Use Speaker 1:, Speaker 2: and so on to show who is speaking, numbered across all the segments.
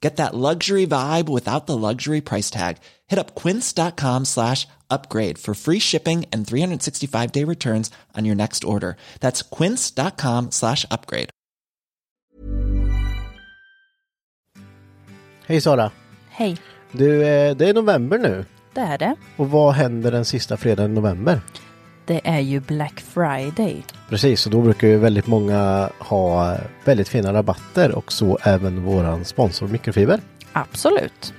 Speaker 1: Get that luxury vibe without the luxury price tag. Hit up quince.com slash upgrade for free shipping and 365 day returns on your next order. That's quince.com slash upgrade.
Speaker 2: Hej Sara.
Speaker 3: Hej,
Speaker 2: Du, eh, det är november nu.
Speaker 3: det är det.
Speaker 2: Och vad händer den sista fredagen i november?
Speaker 3: Det är ju Black Friday.
Speaker 2: Precis, och då brukar ju väldigt många ha väldigt fina rabatter och så även våran sponsor Mikrofiber.
Speaker 3: Absolut.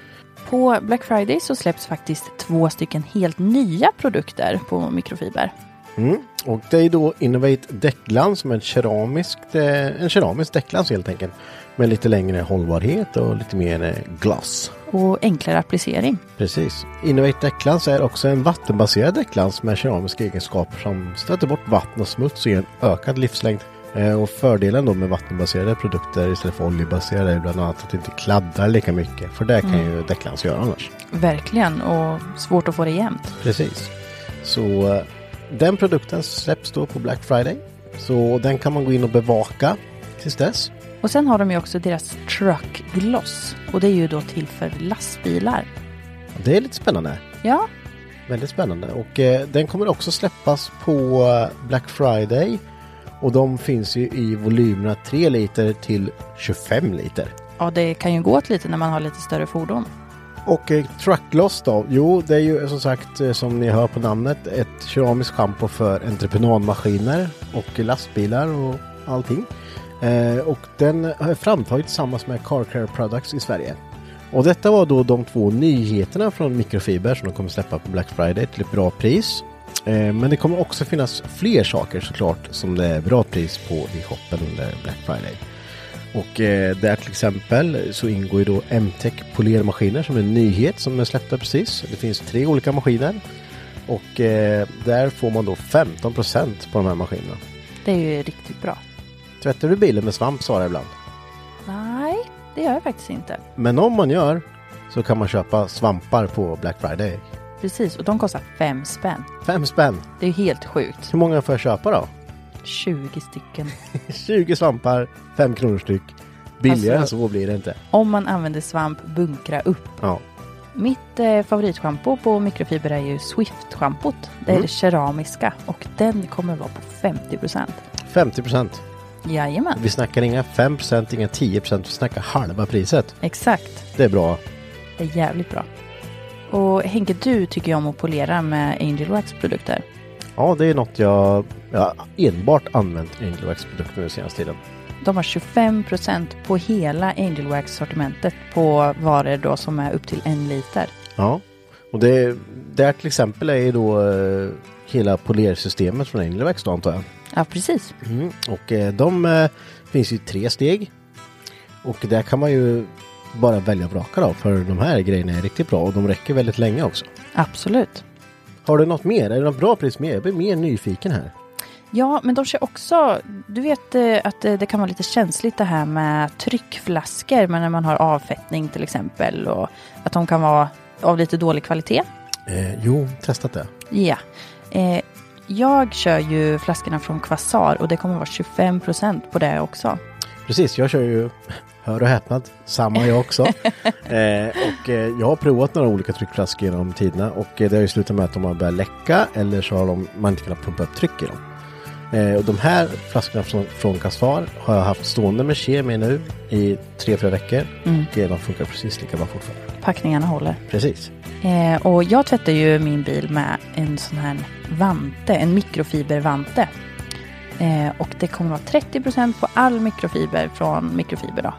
Speaker 3: På Black Friday så släpps faktiskt två stycken helt nya produkter på mikrofiber.
Speaker 2: Mm. Och det är då Innovate däcklans som är en keramisk, eh, en keramisk däcklans helt enkelt. Med lite längre hållbarhet och lite mer eh, glass.
Speaker 3: Och enklare applicering.
Speaker 2: Precis. Innovate däcklans är också en vattenbaserad däcklans med keramiska egenskaper som stöter bort vatten och smuts och ger en ökad livslängd. Eh, Och fördelen då med vattenbaserade produkter istället för oljebaserade är bland annat att det inte kladdar lika mycket. För det kan ju däcklans göra annars.
Speaker 3: Verkligen, och svårt att få det jämnt.
Speaker 2: Precis. Så eh, den produkten släpps då på Black Friday. Så den kan man gå in och bevaka tills dess.
Speaker 3: Och sen har de ju också deras Truck Gloss. Och det är ju då till för lastbilar.
Speaker 2: Det är lite spännande.
Speaker 3: Ja,
Speaker 2: Väldigt spännande. Och eh, den kommer också släppas på eh, Black Friday. Och de finns ju i volymerna 3 liter till 25 liter.
Speaker 3: ja det kan ju gå åt lite när man har lite större fordon.
Speaker 2: Och eh, Truckloss då? Jo, det är ju som sagt eh, som ni hör på namnet ett keramiskt schampo för entreprenadmaskiner och lastbilar och allting. Eh, och den är framtagen tillsammans med Car Care Products i Sverige. Och detta var då de två nyheterna från Mikrofiber som de kommer släppa på Black Friday till ett bra pris. Eh, men det kommer också finnas fler saker såklart som det är bra pris på i shoppen under Black Friday. Och eh, där till exempel så ingår ju då MTech polermaskiner som är en nyhet som är släppta precis. Det finns tre olika maskiner. Och eh, där får man då 15% på de här maskinerna.
Speaker 3: Det är ju riktigt bra.
Speaker 2: Tvättar du bilen med svamp Sara ibland?
Speaker 3: Nej, det gör jag faktiskt inte.
Speaker 2: Men om man gör så kan man köpa svampar på Black Friday.
Speaker 3: Precis, och de kostar fem spänn.
Speaker 2: Fem spänn.
Speaker 3: Det är ju helt sjukt.
Speaker 2: Hur många får jag köpa då?
Speaker 3: 20 stycken.
Speaker 2: 20 svampar, 5 kronor styck. Billigare
Speaker 3: Alltså-
Speaker 2: än så blir det inte.
Speaker 3: Om man använder svamp, bunkra upp.
Speaker 2: Ja.
Speaker 3: Mitt eh, favoritschampo på mikrofiber är ju Swift-schampot. Det är
Speaker 2: Mm.
Speaker 3: det keramiska och den kommer vara på 50 procent.
Speaker 2: 50 procent.
Speaker 3: Jajamän,
Speaker 2: Vi snackar inga 5 procent, inga 10 procent. Vi snackar halva priset.
Speaker 3: exakt.
Speaker 2: Det är bra.
Speaker 3: Det är jävligt bra. Och Henke, du tycker ju om att polera med Angel Wax produkter.
Speaker 2: Ja, det är något jag, jag har enbart använt Angelwax-produkter nu senaste tiden.
Speaker 3: De har 25 procent på hela Angel Wax-sortimentet på varor då som är upp till en liter.
Speaker 2: Ja, och det där till exempel är ju då eh, hela polersystemet från Angelwax då antar jag.
Speaker 3: Ja, precis.
Speaker 2: Mm. Och eh, de eh, finns ju i tre steg. Och där kan man ju bara välja och vraka då, för de här grejerna är riktigt bra och de räcker väldigt länge också.
Speaker 3: Absolut.
Speaker 2: Har du något mer? Är det något bra pris mer? Jag blir mer nyfiken här.
Speaker 3: Ja, men de kör också... Du vet eh, att eh, det kan vara lite känsligt det här med tryckflaskor, men när man har avfettning till exempel och att de kan vara av lite dålig kvalitet.
Speaker 2: Eh, jo, testat det.
Speaker 3: Ja. Eh, Jag kör ju flaskorna från Quasar och det kommer vara 25 procent på det också.
Speaker 2: Precis, jag kör ju, hör och häpnad, samma jag också. eh, och eh, jag har provat några olika tryckflaskor genom tiderna och eh, det har ju slutat med att de har börjat läcka eller så har de, man inte kunnat pumpa upp tryck i dem. Eh, och de här flaskorna från, från Kaspar har jag haft stående med kemi nu i tre, fyra veckor. Och eh, de funkar precis lika bra fortfarande.
Speaker 3: Packningarna håller.
Speaker 2: Precis.
Speaker 3: Eh, och jag tvättar ju min bil med en sån här vante, en mikrofibervante. Eh, och det kommer vara 30 procent på all mikrofiber från mikrofiber då.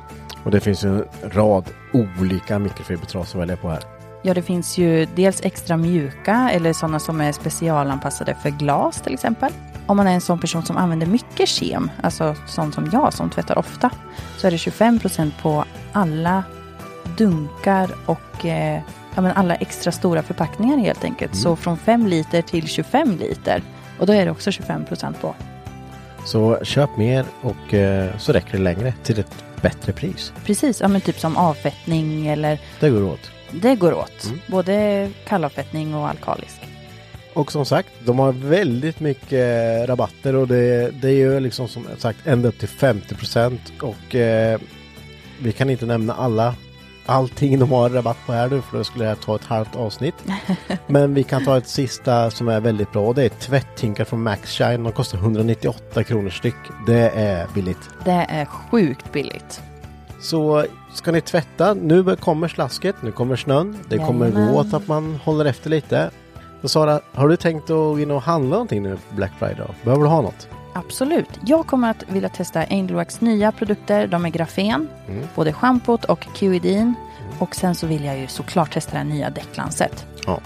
Speaker 2: Och det finns ju en rad olika mikrofibertras att välja på här.
Speaker 3: Ja, det finns ju dels extra mjuka eller sådana som är specialanpassade för glas till exempel. Om man är en sån person som använder mycket kem, alltså sån som jag som tvättar ofta, så är det 25% på alla dunkar och eh, ja, men alla extra stora förpackningar helt enkelt. Så från 5 liter till 25 liter. Och då är det också 25% på.
Speaker 2: Så köp mer och eh, så räcker det längre till ett bättre pris.
Speaker 3: Precis, ja, men typ som avfettning eller
Speaker 2: Det går åt.
Speaker 3: det går åt. Både kallavfettning och alkalisk.
Speaker 2: Och som sagt, de har väldigt mycket eh, rabatter och det, det är ju liksom som sagt ända upp till 50 procent och eh, vi kan inte nämna alla allting de har rabatt på här nu för då skulle det här ta ett halvt avsnitt. Men vi kan ta ett sista som är väldigt bra och det är tvättinkar från Maxshine. De kostar 198 kronor styck. Det är billigt.
Speaker 3: Det är sjukt billigt.
Speaker 2: Så ska ni tvätta, nu kommer slasket, nu kommer snön. Det kommer
Speaker 3: Jajamän.
Speaker 2: gå åt att man håller efter lite. Och Sara, har du tänkt att gå in och handla någonting nu på Black Friday? Behöver du ha något?
Speaker 3: Absolut. Jag kommer att vilja testa Angelwax nya produkter. De är grafen,
Speaker 2: Mm.
Speaker 3: både schampot och QEDin. Och sen så vill jag ju såklart testa det här nya däcklanset.
Speaker 2: Ja.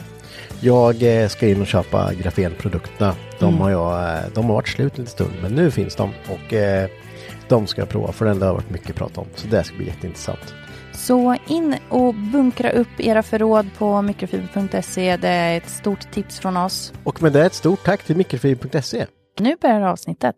Speaker 2: Jag eh, ska in och köpa grafenprodukterna. De, har jag, eh, de har varit slut en stund men nu finns de och eh, de ska jag prova för den har varit mycket prat om. Så det ska bli jätteintressant.
Speaker 3: Så in och bunkra upp era förråd på mikrofiber.se. Det är ett stort tips från oss.
Speaker 2: Och med det ett stort tack till mikrofib.se.
Speaker 3: Nu börjar avsnittet.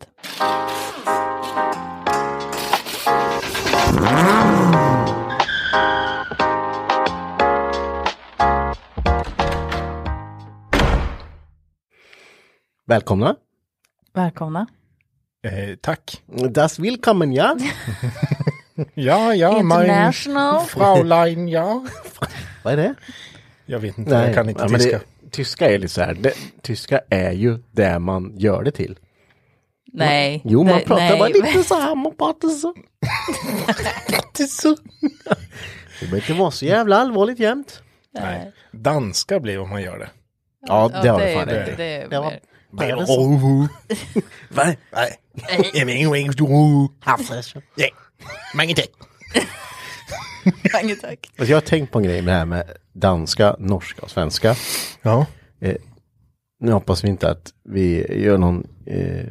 Speaker 2: Välkomna!
Speaker 3: Välkomna.
Speaker 4: Eh, tack.
Speaker 2: Das willkommen ja!
Speaker 4: Ja, ja, mein
Speaker 3: International.
Speaker 4: Fraulein, ja.
Speaker 2: Vad är det?
Speaker 4: Jag vet inte, jag kan inte
Speaker 2: ja, men
Speaker 4: tyska.
Speaker 2: Det, tyska är lite så här, det, tyska är ju det man gör det till.
Speaker 3: Nej.
Speaker 2: Jo, man
Speaker 3: Det-
Speaker 2: pratar
Speaker 3: nej.
Speaker 2: bara lite så här, man pratar så. Lite så. Det behöver inte vara så jävla allvarligt jämt.
Speaker 4: Nej. Danska blir om man gör det.
Speaker 2: Ja, det har du fan
Speaker 4: det-
Speaker 2: rätt i. Alltså,
Speaker 3: det är
Speaker 2: Ja.
Speaker 3: mer-
Speaker 2: Vad är det så?
Speaker 4: Va?
Speaker 2: Hasse.
Speaker 4: Nej.
Speaker 3: Inget tack.
Speaker 2: Alltså, Jag har tänkt på en grej med det här med danska, norska och svenska.
Speaker 4: Ja,
Speaker 2: Nu hoppas vi inte att vi gör någon eh,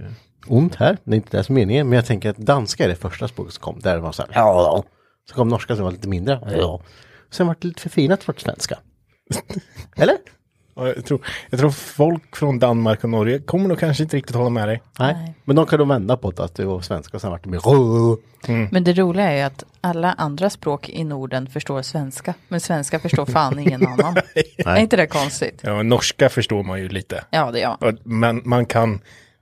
Speaker 2: ont här. Det är inte det som är meningen. Men jag tänker att danska är det första språket som kom. Där det var så här. Ja. Så kom norska som var lite mindre. Ja. Sen var det lite förfinat för svenska. Eller?
Speaker 4: och jag tror, jag tror folk från Danmark och Norge kommer nog kanske inte riktigt hålla med dig.
Speaker 2: Nej. Men de kan då vända på det att det var svenska och sen vart det mer rå.
Speaker 3: Mm. Men det roliga är ju att alla andra språk i Norden förstår svenska, men svenska förstår fan ingen annan. Är inte det konstigt?
Speaker 4: Ja, men norska förstår man ju lite.
Speaker 3: Ja, det gör man.
Speaker 4: Och- Men man kan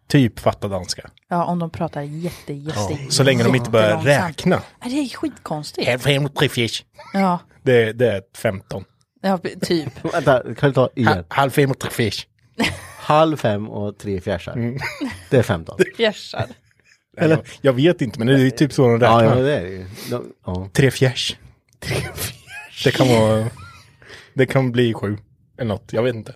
Speaker 4: typ fatta danska.
Speaker 3: Ja, om de pratar jätte, jätte,
Speaker 4: Så länge de inte börjar
Speaker 3: jättelångsamt.
Speaker 4: räkna.
Speaker 3: Ja, Det är skitkonstigt. Ja,
Speaker 4: Det, det är 15.
Speaker 3: ja typ.
Speaker 2: Vänta, kan du ta igen?
Speaker 4: Halv fem och tre fish.
Speaker 2: Halv fem och tre fjärsar. Mm. Det är femton.
Speaker 3: Fjärsar.
Speaker 4: Eller? Jag vet inte, men det är ju typ så de
Speaker 2: Ja, ja,
Speaker 4: räknar.
Speaker 2: det är det ju. De, ja.
Speaker 4: Tre fjärs. Det kan vara... Det kan bli sju. Eller något, jag vet inte.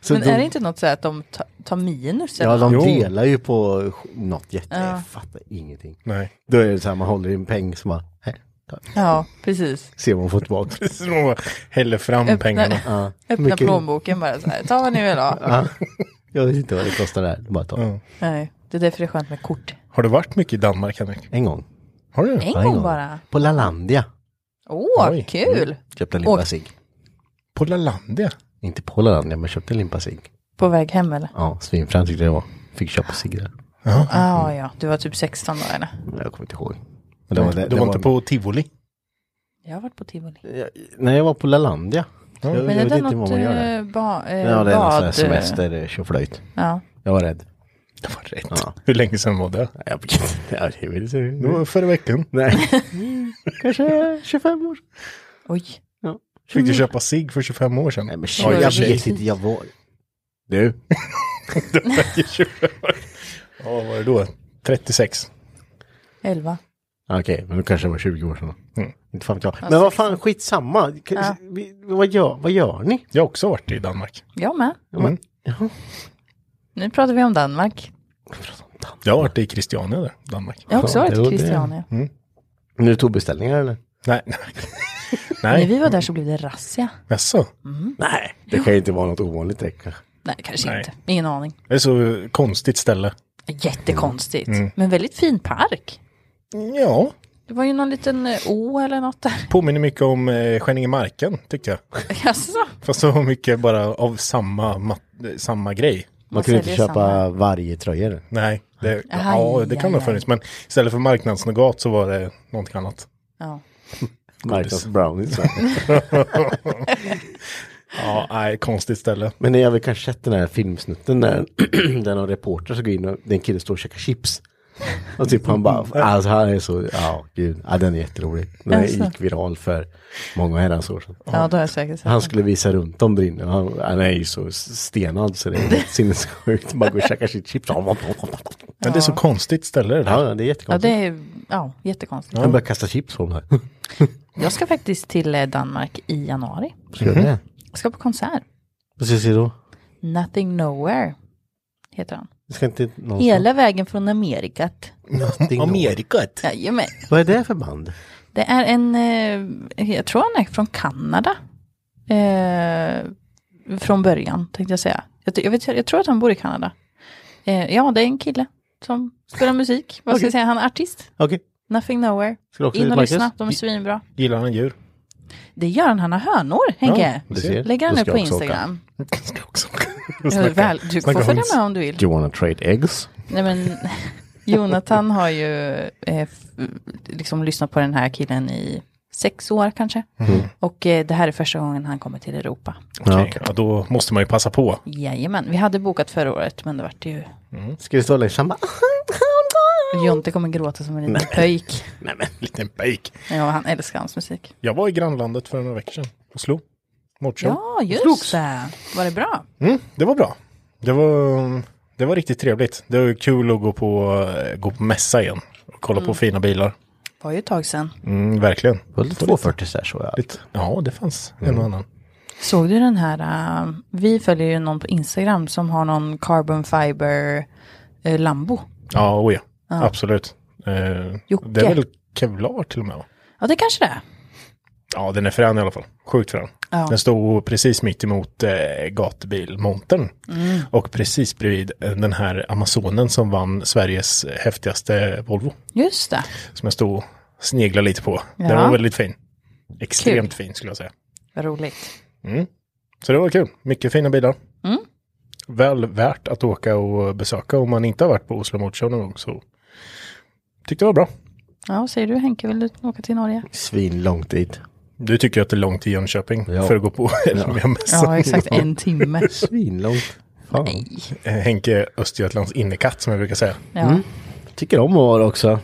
Speaker 2: Så
Speaker 3: men
Speaker 2: de,
Speaker 3: är det inte något så här att de ta- tar minus?
Speaker 2: Ja,
Speaker 3: eller?
Speaker 2: de
Speaker 4: Jo.
Speaker 2: delar ju på sj- något jätte... Jag fattar ingenting.
Speaker 4: Nej.
Speaker 2: Då är det så här, man håller i en peng som man... Här, ta.
Speaker 3: ja precis.
Speaker 2: Se vad man får tillbaka.
Speaker 4: Så de häller fram pengarna.
Speaker 2: Ja.
Speaker 3: Öppna
Speaker 2: Mycket-
Speaker 3: plånboken bara så här, ta vad ni vill ha.
Speaker 2: Jag vet inte vad det kostar där. Bara ta.
Speaker 3: Nej, det är därför det är skönt med kort.
Speaker 4: Har du varit mycket i Danmark, Henrik?
Speaker 2: En gång.
Speaker 4: Har du?
Speaker 3: En
Speaker 2: Ja,
Speaker 3: gång bara.
Speaker 2: På Lalandia. Mm.
Speaker 3: Åh,
Speaker 4: Oj.
Speaker 3: kul!
Speaker 2: Köpte en limpa
Speaker 3: Och-
Speaker 2: cigg.
Speaker 4: På Lalandia?
Speaker 2: Inte på Lalandia, men köpte en limpa cigg.
Speaker 3: På väg hem eller?
Speaker 2: Ja, svinfränt tyckte jag det var. Fick köpa cigg där.
Speaker 3: Ah, ja, du var typ 16 då eller?
Speaker 2: Jag kommer inte ihåg. Men det var det,
Speaker 4: Du
Speaker 2: det
Speaker 4: var inte på tivoli?
Speaker 3: Jag har varit på tivoli.
Speaker 2: Nej, jag var på Lalandia. Jag, jag
Speaker 3: Men är
Speaker 2: vet
Speaker 3: det
Speaker 2: inte vad
Speaker 3: något
Speaker 2: man gör där.
Speaker 3: eh, ba, eh,
Speaker 2: Ja, det är någon sån här
Speaker 3: bad?
Speaker 2: semester, tjoflöjt.
Speaker 3: Ja,
Speaker 2: Jag var rädd.
Speaker 4: Jag var rätt.
Speaker 2: Ja.
Speaker 4: Hur länge sedan var det?
Speaker 2: Jag vet inte. Ja, jag vet
Speaker 4: Det
Speaker 2: inte.
Speaker 4: var förra veckan.
Speaker 2: Nej. Kanske 25 år.
Speaker 3: Oj.
Speaker 4: Fick du köpa cigg för 25 år sedan?
Speaker 2: Nej men
Speaker 4: Ja,
Speaker 2: jag
Speaker 4: tjej.
Speaker 2: vet inte, jag var... Du.
Speaker 4: Det var ju 25 år. Ja, vad var det då? 36.
Speaker 3: Elva.
Speaker 2: Ah, Okej, men då kanske det var 20 år sedan.
Speaker 4: Mm.
Speaker 2: Inte fan vet jag. Men vad fan, skitsamma. Kan-
Speaker 3: Ja.
Speaker 2: vi- Vad, gör, vad gör ni?
Speaker 4: Jag har också varit i Danmark.
Speaker 3: Jag med.
Speaker 4: Mm.
Speaker 3: Nu pratar vi om Danmark.
Speaker 4: Jag har varit i Christiania där, Danmark.
Speaker 3: Jag har också
Speaker 2: Ja,
Speaker 3: varit
Speaker 2: jo,
Speaker 3: i
Speaker 2: det-
Speaker 3: Christiania.
Speaker 2: Nu tog beställningar eller?
Speaker 4: Nej. nej.
Speaker 3: När
Speaker 4: Nej,
Speaker 3: vi var där så blev det razzia.
Speaker 4: jaså?
Speaker 2: Nej, det kan ju inte vara något ovanligt direkt kanske.
Speaker 3: Nej, kanske
Speaker 4: Nej.
Speaker 3: inte. Ingen aning.
Speaker 4: Det är så konstigt ställe.
Speaker 3: Jättekonstigt.
Speaker 2: Mm.
Speaker 3: Men väldigt fin park.
Speaker 4: Ja,
Speaker 3: Det var ju någon liten eh, å eller något där.
Speaker 4: påminner mycket om eh, Skänningemarken tyckte jag.
Speaker 3: Jaså?
Speaker 4: Fast så mycket bara av samma, mat- eh, samma grej.
Speaker 2: Man
Speaker 3: Man
Speaker 2: kunde inte
Speaker 3: säljer
Speaker 2: köpa
Speaker 3: samma.
Speaker 2: varje tröja.
Speaker 4: Nej, det,
Speaker 3: Aj,
Speaker 4: ja, det kan
Speaker 3: aj,
Speaker 4: ha
Speaker 3: aj.
Speaker 4: funnits. Men istället för marknadsnogat så var det någonting annat.
Speaker 3: Ja.
Speaker 2: Marcus Brownies. va?
Speaker 4: Ja, nej, konstigt ställe.
Speaker 2: men ni har väl kanske sett den här filmsnutten där, där någon reporter ska gå in och den killen står och käkar chips. Och typ han bara, alltså han är så, ja gud, ja, den är jätterolig. Den
Speaker 3: Alltså.
Speaker 2: gick viral för många herrans år sedan.
Speaker 3: ja, då har jag säkert sett
Speaker 2: Han
Speaker 3: den.
Speaker 2: skulle visa runt dem där inne. Han, han är ju så stenad så det är helt sinnessjukt. Man går och käkar sitt chips. Ja,
Speaker 4: Men det är så konstigt ställe det där.
Speaker 2: ja, det är
Speaker 3: Ja, det
Speaker 2: jättekonstigt.
Speaker 3: är ja, jättekonstigt.
Speaker 2: Han börjar kasta chips på dem här.
Speaker 3: Jag ska faktiskt till eh, Danmark i januari.
Speaker 2: Ska mm det?
Speaker 3: Jag ska på konsert.
Speaker 2: Vad ska jag se då?
Speaker 3: Nothing Nowhere heter han.
Speaker 2: Jag ska inte någonstans.
Speaker 3: Hela vägen från Amerikat.
Speaker 2: Nothing
Speaker 4: Amerikat.
Speaker 3: Jajamän.
Speaker 2: Vad är det för band?
Speaker 3: Det är en, eh, jag tror han är från Kanada. Eh, från början tänkte jag säga. Jag, ty- jag, vet, jag tror att han bor i Kanada. Eh, ja, det är en kille som spelar musik. Vad ska jag säga, han är artist.
Speaker 2: Okej.
Speaker 3: Nothing Nowhere.
Speaker 2: Ska du åka
Speaker 3: In
Speaker 2: dit,
Speaker 3: och
Speaker 2: Marcus?
Speaker 3: lyssna, de är svinbra.
Speaker 4: Gillar han djur?
Speaker 3: Det gör han, han har hönor, Henke.
Speaker 2: Du ser.
Speaker 3: Lägger han
Speaker 2: Då
Speaker 3: ut
Speaker 2: ska
Speaker 3: på
Speaker 2: jag också åka.
Speaker 3: Instagram.
Speaker 4: Ska jag också.
Speaker 3: Ja, Väl, du får
Speaker 4: snacka
Speaker 3: följa
Speaker 4: höns.
Speaker 3: med om du vill.
Speaker 2: Do you wanna trade eggs?
Speaker 3: Nej men, Jonathan har ju eh, f- liksom lyssnat på den här killen i sex år kanske.
Speaker 4: Mm.
Speaker 3: Och eh, det här är första gången han kommer till Europa.
Speaker 2: Ja,
Speaker 4: Okej, Ja, då måste man ju passa på.
Speaker 3: Jajamän, vi hade bokat förra året men det vart ju...
Speaker 2: Ska det stå liksom bara...
Speaker 3: Jonte kommer gråta som en liten pöjk.
Speaker 4: Nej men, liten bake.
Speaker 3: Ja, han älskar hans musik.
Speaker 4: Jag var i grannlandet för några veckor sedan. Oslo. Mårdsjö.
Speaker 3: Ja, just
Speaker 4: Slogs.
Speaker 3: det. Var det bra?
Speaker 4: Mm, det var bra. Det var, det var riktigt trevligt. Det var kul att gå på, eh, gå på mässa igen. Och kolla på fina bilar.
Speaker 3: Var ju ett tag sedan.
Speaker 4: Mm, verkligen.
Speaker 2: Var det 240 där så jag.
Speaker 4: Lite- Ja, det fanns en och annan.
Speaker 3: Såg du den här, eh, vi följer ju någon på Instagram som har någon carbon fiber eh, Lambo.
Speaker 4: Ja, oh ja. Absolut. Eh,
Speaker 3: Jocke.
Speaker 4: det är väl kevlar till och med? va?
Speaker 3: Ja, det kanske det är.
Speaker 4: Ja, den är frän i alla fall. Sjukt frän.
Speaker 3: Ja.
Speaker 4: Den stod precis mitt emot eh, gatubilmontern.
Speaker 3: Mm.
Speaker 4: Och precis bredvid eh, den här Amazonen som vann Sveriges häftigaste Volvo.
Speaker 3: Just det.
Speaker 4: Som jag stod och sneglade lite på. Den
Speaker 3: Ja.
Speaker 4: var väldigt fin. Extremt fin skulle jag säga.
Speaker 3: Vad roligt.
Speaker 4: Så det var kul. Mycket fina bilar.
Speaker 3: Mm.
Speaker 4: Väl värt att åka och besöka om man inte har varit på Oslo Motor Show någon gång. Så tyckte det var bra.
Speaker 3: Ja, vad säger du Henke, vill du åka till Norge?
Speaker 2: Svin långt dit.
Speaker 4: Du tycker att det är långt till Jönköping
Speaker 2: Ja.
Speaker 4: för att gå på LVMS.
Speaker 3: Ja, exakt en timme.
Speaker 2: Svin långt. Fan.
Speaker 4: Eh, Henke Östergötlands innekatt som jag brukar säga.
Speaker 3: Ja.
Speaker 2: Tycker om att vara också.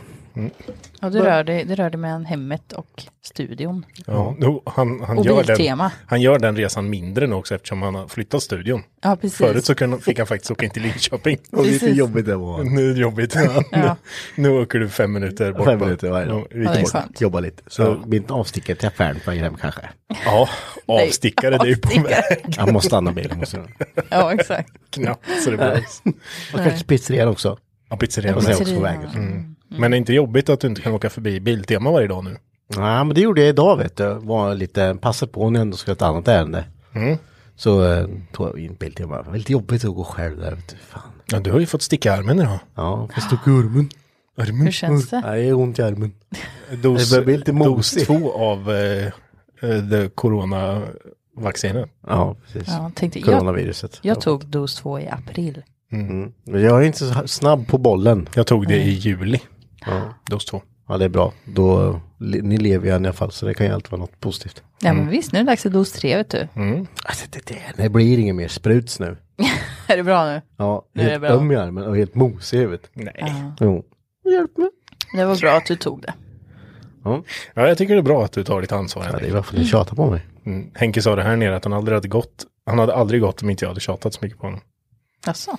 Speaker 3: Och det rör dig, det rör dig mellan hemmet och studion.
Speaker 4: Ja. jo, Han, han,
Speaker 3: Och
Speaker 4: gör den,
Speaker 3: Biltema.
Speaker 4: han gör den resan mindre nu också eftersom han har flyttat studion.
Speaker 3: Ja, precis.
Speaker 4: Förut så kunde, fick han faktiskt åka in till Linköping.
Speaker 2: Och
Speaker 3: Precis.
Speaker 2: lite jobbigt det var.
Speaker 4: Nu är det jobbigt.
Speaker 3: Ja.
Speaker 4: Nu, nu åker du fem minuter bort.
Speaker 2: Fem
Speaker 4: bara.
Speaker 2: minuter varje dag.
Speaker 4: Ja, vi
Speaker 3: Ja, det
Speaker 4: tar
Speaker 3: är
Speaker 4: bort.
Speaker 3: skönt.
Speaker 2: Jobba lite. Så ja. min avstickare till affären på vägen hem kanske.
Speaker 4: Ja, avstickare det är ju på
Speaker 3: avstickare.
Speaker 4: väg
Speaker 2: Jag måste stanna bilen. Måste. jag.
Speaker 3: Ja, exakt.
Speaker 4: knappt. Så det behövs.
Speaker 2: Och kanske pizzerian också.
Speaker 4: Ja, pizzerian.
Speaker 2: Och sen också på
Speaker 3: Pizzerian.
Speaker 2: vägen.
Speaker 4: Men det är inte jobbigt att du inte kan åka förbi Biltema varje dag nu.
Speaker 2: Ja, men det gjorde jag idag vet du. Var lite, passa på när jag ändå ska ha ett annat ärende. Så eh, tog jag in bild till mig. Det var lite jobbigt att gå själv där vet du. Fan.
Speaker 4: Ja, du har ju fått sticka armen idag.
Speaker 2: Ja, fast stuck i armen.
Speaker 3: Hur känns det?
Speaker 2: Nej, det är ont i armen.
Speaker 4: Dos,
Speaker 2: Det börjar bli lite
Speaker 4: dos
Speaker 2: mosig.
Speaker 4: två av eh, eh, det coronavaccinet.
Speaker 2: Ja, precis.
Speaker 3: Ja, tänkte, jag,
Speaker 2: Coronaviruset. Mm.
Speaker 3: jag tog dos två i april.
Speaker 2: Men jag är inte så snabb på bollen.
Speaker 4: Jag tog det i juli. Dos två.
Speaker 2: Ja, det är bra. Då, ni lever ju i alla fall så det kan ju alltid vara något positivt.
Speaker 3: Ja, men visst, nu är det dags för dos tre, vet du.
Speaker 2: Alltså det, det, det blir inget mer spruts nu.
Speaker 3: Är det bra nu?
Speaker 2: Ja,
Speaker 3: Nu är det
Speaker 2: helt
Speaker 3: bra.
Speaker 2: öm i armen och helt mosig i huvudet.
Speaker 4: Nej.
Speaker 2: Jo. Hjälp mig.
Speaker 3: Det var bra att du tog det.
Speaker 2: Ja,
Speaker 4: Ja, jag tycker det är bra att du tar ditt ansvar.
Speaker 2: ja det
Speaker 4: Henrik.
Speaker 2: är varför ni tjatar på mig.
Speaker 4: Mm. Henke sa det här nere att han aldrig hade gått. Han hade aldrig gått om inte jag hade tjatat så mycket på honom.
Speaker 3: Jaså?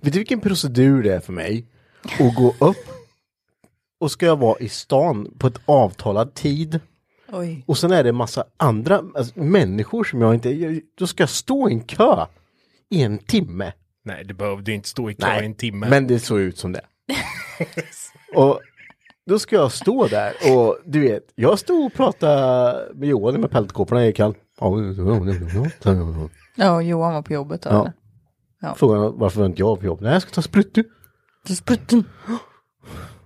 Speaker 2: Vet du vilken procedur det är för mig? Att gå upp och ska jag vara i stan på ett avtalad tid.
Speaker 3: Oj.
Speaker 2: Och sen är det en massa andra alltså, människor som jag inte... Jag, då ska jag stå i en kö i en timme.
Speaker 4: Nej, du behövde ju inte stå i kö i en timme.
Speaker 2: men det såg ut som det. och då ska jag stå där och du vet, jag stod och pratade med Johan med peltkåporna i kall.
Speaker 3: Ja, och Johan var på jobbet då,
Speaker 2: Ja.
Speaker 3: eller? Ja.
Speaker 2: Frågan varför var inte jag på jobb? Nej, jag ska ta sprutor.
Speaker 3: Du sprutten.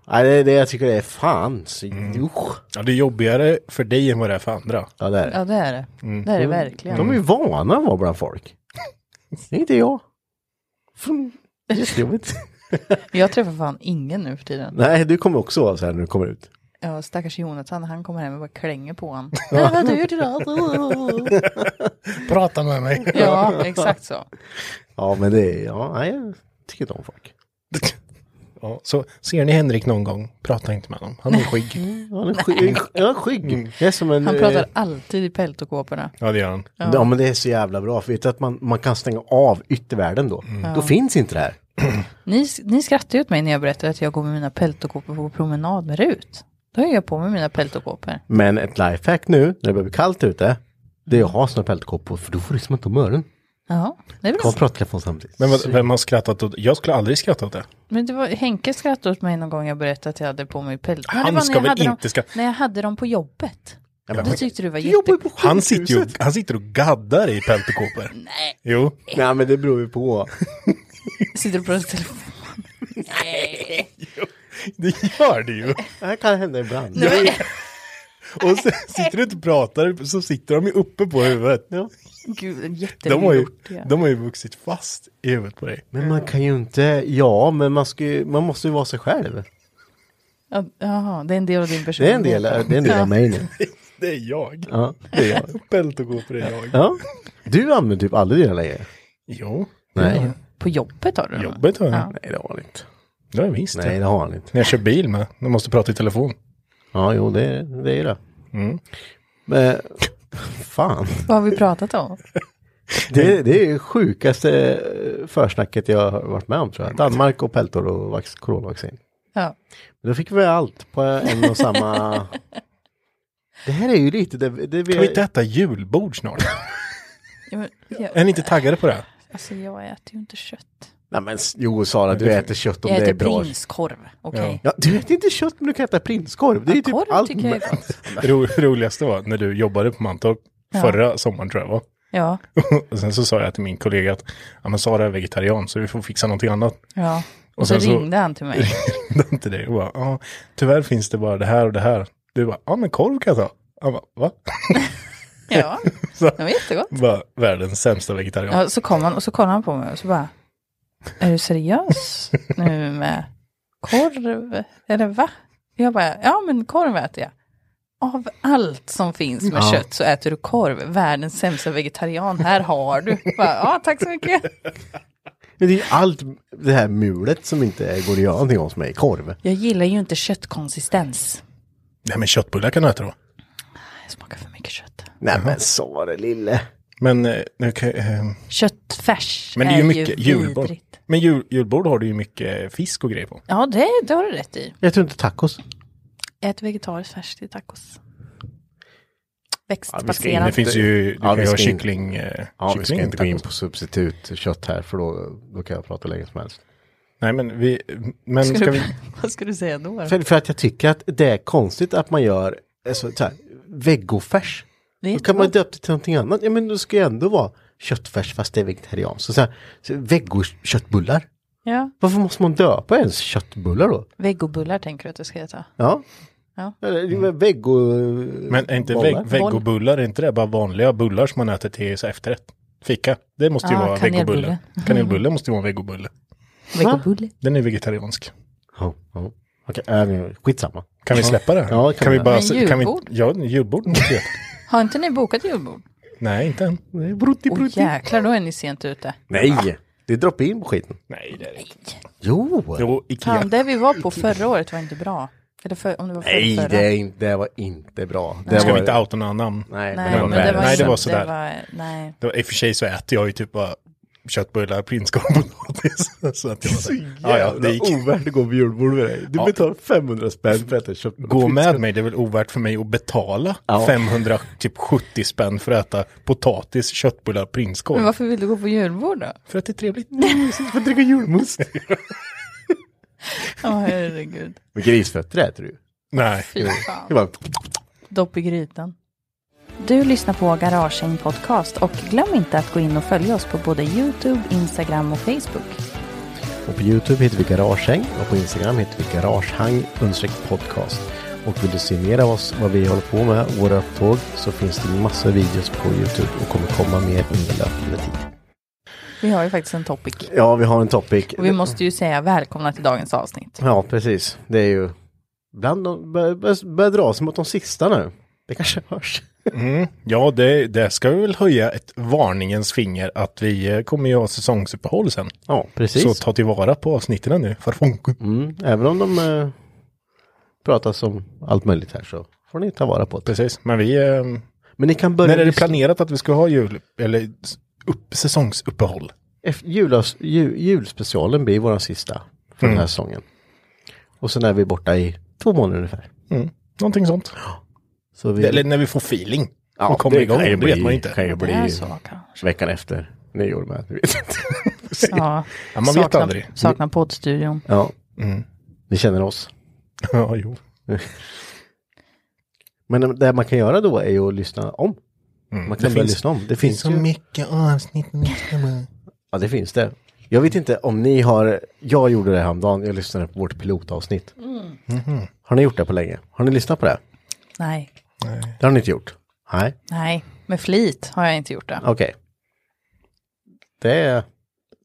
Speaker 2: Nej, det, det jag tycker det är fan så,
Speaker 4: Mm.
Speaker 2: usch.
Speaker 4: Ja, det är jobbigare för dig än vad det är för andra.
Speaker 2: Ja, det är det.
Speaker 3: Ja, det är det. Det är det verkligen.
Speaker 2: De är ju vana att vara bland folk. Det är inte jag. Fan, det är så jobbigt.
Speaker 3: Jag träffar fan ingen nu för tiden.
Speaker 2: Nej, du kommer också vara så här när du kommer ut.
Speaker 3: Ja, stackars Jonathan, han kommer hem och bara klänger på honom. Nej, vad har du gjort idag?
Speaker 4: Prata med mig.
Speaker 3: Ja, exakt så.
Speaker 2: Ja, men det är, ja, nej, jag tycker inte om folk.
Speaker 4: Ja, så ser ni Henrik någon gång, prata inte med honom. Han är skygg.
Speaker 2: Ja, han är skygg. Ja, skygg. Det är som en...
Speaker 3: Han
Speaker 2: eh,
Speaker 3: pratar alltid i peltokåporna.
Speaker 4: Ja, det gör han.
Speaker 2: Ja. men det är så jävla bra. För vet du att man, man kan stänga av yttervärlden då. Då finns inte det här.
Speaker 3: Ni, ni skrattar ju åt mig när jag berättar att jag går med mina peltokåpor på promenad med Rut. Då är jag på med mina peltokåpor.
Speaker 2: Men ett lifehack nu, när det börjar bli kallt ute, det är att ha såna peltkåpor, för då får du liksom inte om öronen.
Speaker 3: Ja, det är
Speaker 2: Kan
Speaker 3: bra.
Speaker 2: man prata telefon samtidigt?
Speaker 4: Men vad, vem har skrattat åt Jag skulle aldrig skratta åt det.
Speaker 3: Men det var, Henke skrattade åt mig någon gång jag berättade att jag hade på mig pält. Nej, det
Speaker 4: Han
Speaker 3: var när
Speaker 4: ska
Speaker 3: jag
Speaker 4: väl
Speaker 3: hade
Speaker 4: inte
Speaker 3: dem,
Speaker 4: skratta.
Speaker 3: När jag hade dem på jobbet.
Speaker 2: Ja, men-
Speaker 3: Det tyckte du var
Speaker 2: Du jobbar ju
Speaker 3: jätte...
Speaker 2: på
Speaker 4: Han sitter, ju,
Speaker 2: sjukhuset.
Speaker 4: han sitter och gaddar i peltekåpor. Nej. Jo.
Speaker 2: Nej, men det beror ju på.
Speaker 3: Sitter du på telefon?
Speaker 4: Det gör det ju.
Speaker 2: Det här kan hända ibland.
Speaker 4: Och så sitter du inte och pratar så sitter de ju uppe på huvudet.
Speaker 3: Gud,
Speaker 4: De har, ju,
Speaker 3: jättegjort.
Speaker 4: de har ju vuxit fast i huvudet på dig.
Speaker 2: Men man kan ju inte, ja, men man, ska, ju- man måste ju vara sig själv.
Speaker 3: Ja, Jaha, det är en del av din
Speaker 2: Det är
Speaker 3: personlighet.
Speaker 2: en del, det är en del av mig nu.
Speaker 4: Det är jag.
Speaker 2: Ja, det är jag.
Speaker 4: Peltekåpor är jag.
Speaker 2: Ja. Du använder typ aldrig dina längre.
Speaker 4: Jo.
Speaker 2: Nej.
Speaker 3: På jobbet har du dem.
Speaker 4: Jobbet har jag.
Speaker 2: Nej, det har han inte.
Speaker 4: Det har jag visst.
Speaker 2: Nej, det har han inte.
Speaker 4: När jag kör bil med. När jag måste prata i telefon.
Speaker 2: Ja, jo, det, det är det. Men, fan.
Speaker 3: Vad har vi pratat om?
Speaker 2: Det, det är det sjukaste försnacket jag har varit med om tror jag. Danmark och peltor och vax, coronavaccin.
Speaker 3: Ja.
Speaker 2: Men Då fick vi allt på en och samma... Det här är ju lite det, det vi...
Speaker 4: Kan vi inte äta julbord snart?
Speaker 3: Ja, men, jag,
Speaker 4: Är ni inte taggade på det?
Speaker 3: alltså jag äter ju inte kött.
Speaker 2: Nej men s- jo Sara, du äter kött om
Speaker 3: jag
Speaker 2: det är
Speaker 3: äter
Speaker 2: bra.
Speaker 3: prinskorv, okej?
Speaker 2: Ja, du äter inte kött men du kan äta prinskorv. Det är ju typ
Speaker 3: Korv
Speaker 2: allt.
Speaker 3: tycker jag är
Speaker 2: med-
Speaker 3: gott.
Speaker 4: Ro, roligaste var när du jobbade på Mantorp förra sommaren tror jag det var.
Speaker 3: Ja,
Speaker 4: Och sen så sa jag till min kollega att ja, men Sara är vegetarian så vi får fixa någonting annat.
Speaker 3: ja. Och,
Speaker 4: Och
Speaker 3: så,
Speaker 4: sen så-
Speaker 3: ringde han till mig.
Speaker 4: ringde han till dig och bara, ja, tyvärr finns det bara det här och det här. Du bara, ja men korv kan jag ta. Han bara, va?
Speaker 3: Ja,
Speaker 4: Så,
Speaker 3: det var jättegott.
Speaker 4: bara, världens sämsta vegetarian.
Speaker 3: Ja, så kom han och så kollade han på mig och så bara, är du seriös nu med korv? Eller va? Jag bara, ja men korv äter jag. Av allt som finns med kött så äter du korv. Världens sämsta vegetarian, här har du. Bara, ja, tack så mycket.
Speaker 2: Men det är ju allt det här mulet som inte går att göra någonting åt mig. Korv.
Speaker 3: Jag gillar ju inte köttkonsistens.
Speaker 4: Nej men köttbullar kan du äta då.
Speaker 3: Jag smakar för mycket kött.
Speaker 2: Nej men Sara lille.
Speaker 4: Men, eh, nu kan- eh,
Speaker 3: Köttfärs
Speaker 4: men det är ju mycket julbord.
Speaker 3: vidrigt.
Speaker 4: Men jul, julbord har du ju mycket fisk och grejer på.
Speaker 3: Ja, det, det har du rätt i.
Speaker 2: Jag tror inte tacos.
Speaker 3: Ät vegetariskt färs till tacos.
Speaker 2: in-
Speaker 4: Det
Speaker 3: Växtbaserat.
Speaker 4: finns ju, du
Speaker 2: Ja, vi
Speaker 4: kan ju ha
Speaker 2: ska in-
Speaker 4: kyckling. eh,
Speaker 2: Ja, vi
Speaker 4: kyckling
Speaker 2: ska inte gå in
Speaker 4: tacos.
Speaker 2: på substitutkött här för då, då kan jag prata hur länge som helst.
Speaker 4: Nej men vi, men ska,
Speaker 3: Ska
Speaker 4: vi,
Speaker 3: du, vad ska du säga då?
Speaker 2: För, för att jag tycker att det är konstigt att man gör alltså, så här, vegofärs.
Speaker 3: Det är
Speaker 2: Då kan man
Speaker 3: jättegott.
Speaker 2: döpa det till någonting annat. Ja men då ska jag ändå vara köttfärs fast det är vegetarian. Så, så här, så vegoköttbullar.
Speaker 3: Ja.
Speaker 2: Varför måste man döpa ens köttbullar då?
Speaker 3: Vegobullar tänker du att du ska heta?
Speaker 2: Ja.
Speaker 3: Ja.
Speaker 2: Eller det är väl vego...
Speaker 4: men är inte
Speaker 2: bollar?
Speaker 4: veg, vegobullar, är inte det bara vanliga bullar som man äter till så här efterrätt? Fika, det måste ju
Speaker 3: Ah,
Speaker 4: vara vegobulle.
Speaker 2: Mm.
Speaker 3: kanelbulle.
Speaker 4: Kanelbulle måste ju vara en vegobulle.
Speaker 3: Vegobulle.
Speaker 4: Den är vegetariansk.
Speaker 2: Ja, ja. Okej, äh, nu, skitsamma.
Speaker 4: Kan vi släppa det?
Speaker 2: Ja, det kan
Speaker 4: kan vi
Speaker 2: vi.
Speaker 4: bara...
Speaker 3: Men
Speaker 4: kan vi,
Speaker 3: julbord?
Speaker 4: ja, julbord. måste vi göra.
Speaker 3: Har inte ni bokat julbord?
Speaker 4: Nej, inte än.
Speaker 2: Nej, brutti,
Speaker 3: Åh
Speaker 2: brutti.
Speaker 3: jäklar, då är ni sent ute.
Speaker 2: Nej! Det är drop-in på skiten.
Speaker 4: Nej, det är det inte.
Speaker 2: Jo!
Speaker 4: Jo, Ikea.
Speaker 3: Fan, det vi var på förra året var inte bra. Eller för, om det var förra,
Speaker 2: Nej,
Speaker 3: förra.
Speaker 2: det, är inte, det var inte bra. Det
Speaker 4: Ska
Speaker 2: var,
Speaker 4: vi inte outa några namn?
Speaker 2: Nej,
Speaker 3: Nej,
Speaker 2: det var
Speaker 3: men det var,
Speaker 4: Nej, det
Speaker 3: inte-
Speaker 4: var sådär.
Speaker 3: Det var, nej.
Speaker 4: Det var, I och för sig så äter jag ju typ bara köttbullar, prinskorv och potatis. Så att jag var där. ja, ja, det gick.
Speaker 2: ovärt att gå på julbord med dig. Du
Speaker 4: Ja.
Speaker 2: betalar 500 spänn för att äta köttbullar.
Speaker 4: Gå med mig, det är väl ovärt för mig att betala
Speaker 2: Ja.
Speaker 4: 570 spänn för att äta potatis, köttbullar, prinskorv.
Speaker 3: Men varför vill du gå på julbord då?
Speaker 4: För att det är trevligt.
Speaker 2: För att dricka julmust.
Speaker 3: Ja, herregud.
Speaker 2: Men grisfötter äter du ju.
Speaker 4: Nej.
Speaker 3: Fy fan.
Speaker 2: Det var-
Speaker 3: Dopp i grytan. Du lyssnar på Garagehäng Podcast och glöm inte att gå in och följa oss på både Youtube, Instagram och Facebook.
Speaker 2: Och på Youtube heter vi Garagehäng och på Instagram heter vi Garagehang podcast. Och vill du se mer av oss, vad vi håller på med, våra upptåg, så finns det massor av videos på Youtube och kommer komma mer under löpande tid.
Speaker 3: Vi har ju faktiskt en topic.
Speaker 2: Ja, vi har en topic.
Speaker 3: Och vi måste ju säga välkomna till dagens avsnitt.
Speaker 2: Ja, precis. Det är ju... Bland de bör- bör- börjar dra sig mot de sista nu. Det kanske hörs.
Speaker 4: Mm. Ja, det, det ska vi väl höja ett varningens finger att vi eh, kommer ju ha säsongsuppehåll sen.
Speaker 2: Ja, precis.
Speaker 4: Så ta tillvara på avsnitten nu. För funken.
Speaker 2: Mm, även om de eh, pratar om allt möjligt här så får ni ta vara på det.
Speaker 4: Precis, men vi... eh,
Speaker 2: Men ni kan börja
Speaker 4: När är det
Speaker 2: lyssna-
Speaker 4: planerat att vi ska ha jul, eller s- upp, säsongsuppehåll?
Speaker 2: efter julas, ju, julspecialen blir vår sista för
Speaker 4: Mm.
Speaker 2: den här säsongen. Och sen är vi borta i två månader ungefär.
Speaker 4: Mm. Någonting sånt.
Speaker 2: Så vi,
Speaker 4: Eller när vi får feeling.
Speaker 2: Ja,
Speaker 4: och kommer
Speaker 2: det
Speaker 4: igång,
Speaker 2: kan ju
Speaker 4: det vet
Speaker 2: bli-
Speaker 4: man ju inte.
Speaker 2: kan ju
Speaker 3: Det är
Speaker 2: bli
Speaker 3: så kanske.
Speaker 2: veckan efter nyår med. Vi vet inte.
Speaker 3: Ja,
Speaker 4: Ja, man vet
Speaker 3: saknar,
Speaker 4: aldrig.
Speaker 3: Saknar poddstudion.
Speaker 2: Ja,
Speaker 4: Mm.
Speaker 2: ni känner oss.
Speaker 4: Ja, jo.
Speaker 2: Men det man kan göra då är ju att lyssna om. Man kan
Speaker 4: Mm. Det
Speaker 2: börja
Speaker 4: finns-
Speaker 2: lyssna om. Det finns, ju.
Speaker 4: mycket avsnitt
Speaker 2: Ja, det finns det. Jag vet inte om ni har, jag gjorde det häromdagen, jag lyssnade på vårt pilotavsnitt. Har ni gjort det på länge? Har ni lyssnat på det?
Speaker 3: Nej,
Speaker 2: Det har ni inte gjort? Nej,
Speaker 3: nej. Med flit har jag inte gjort det.
Speaker 2: okej. Det är, det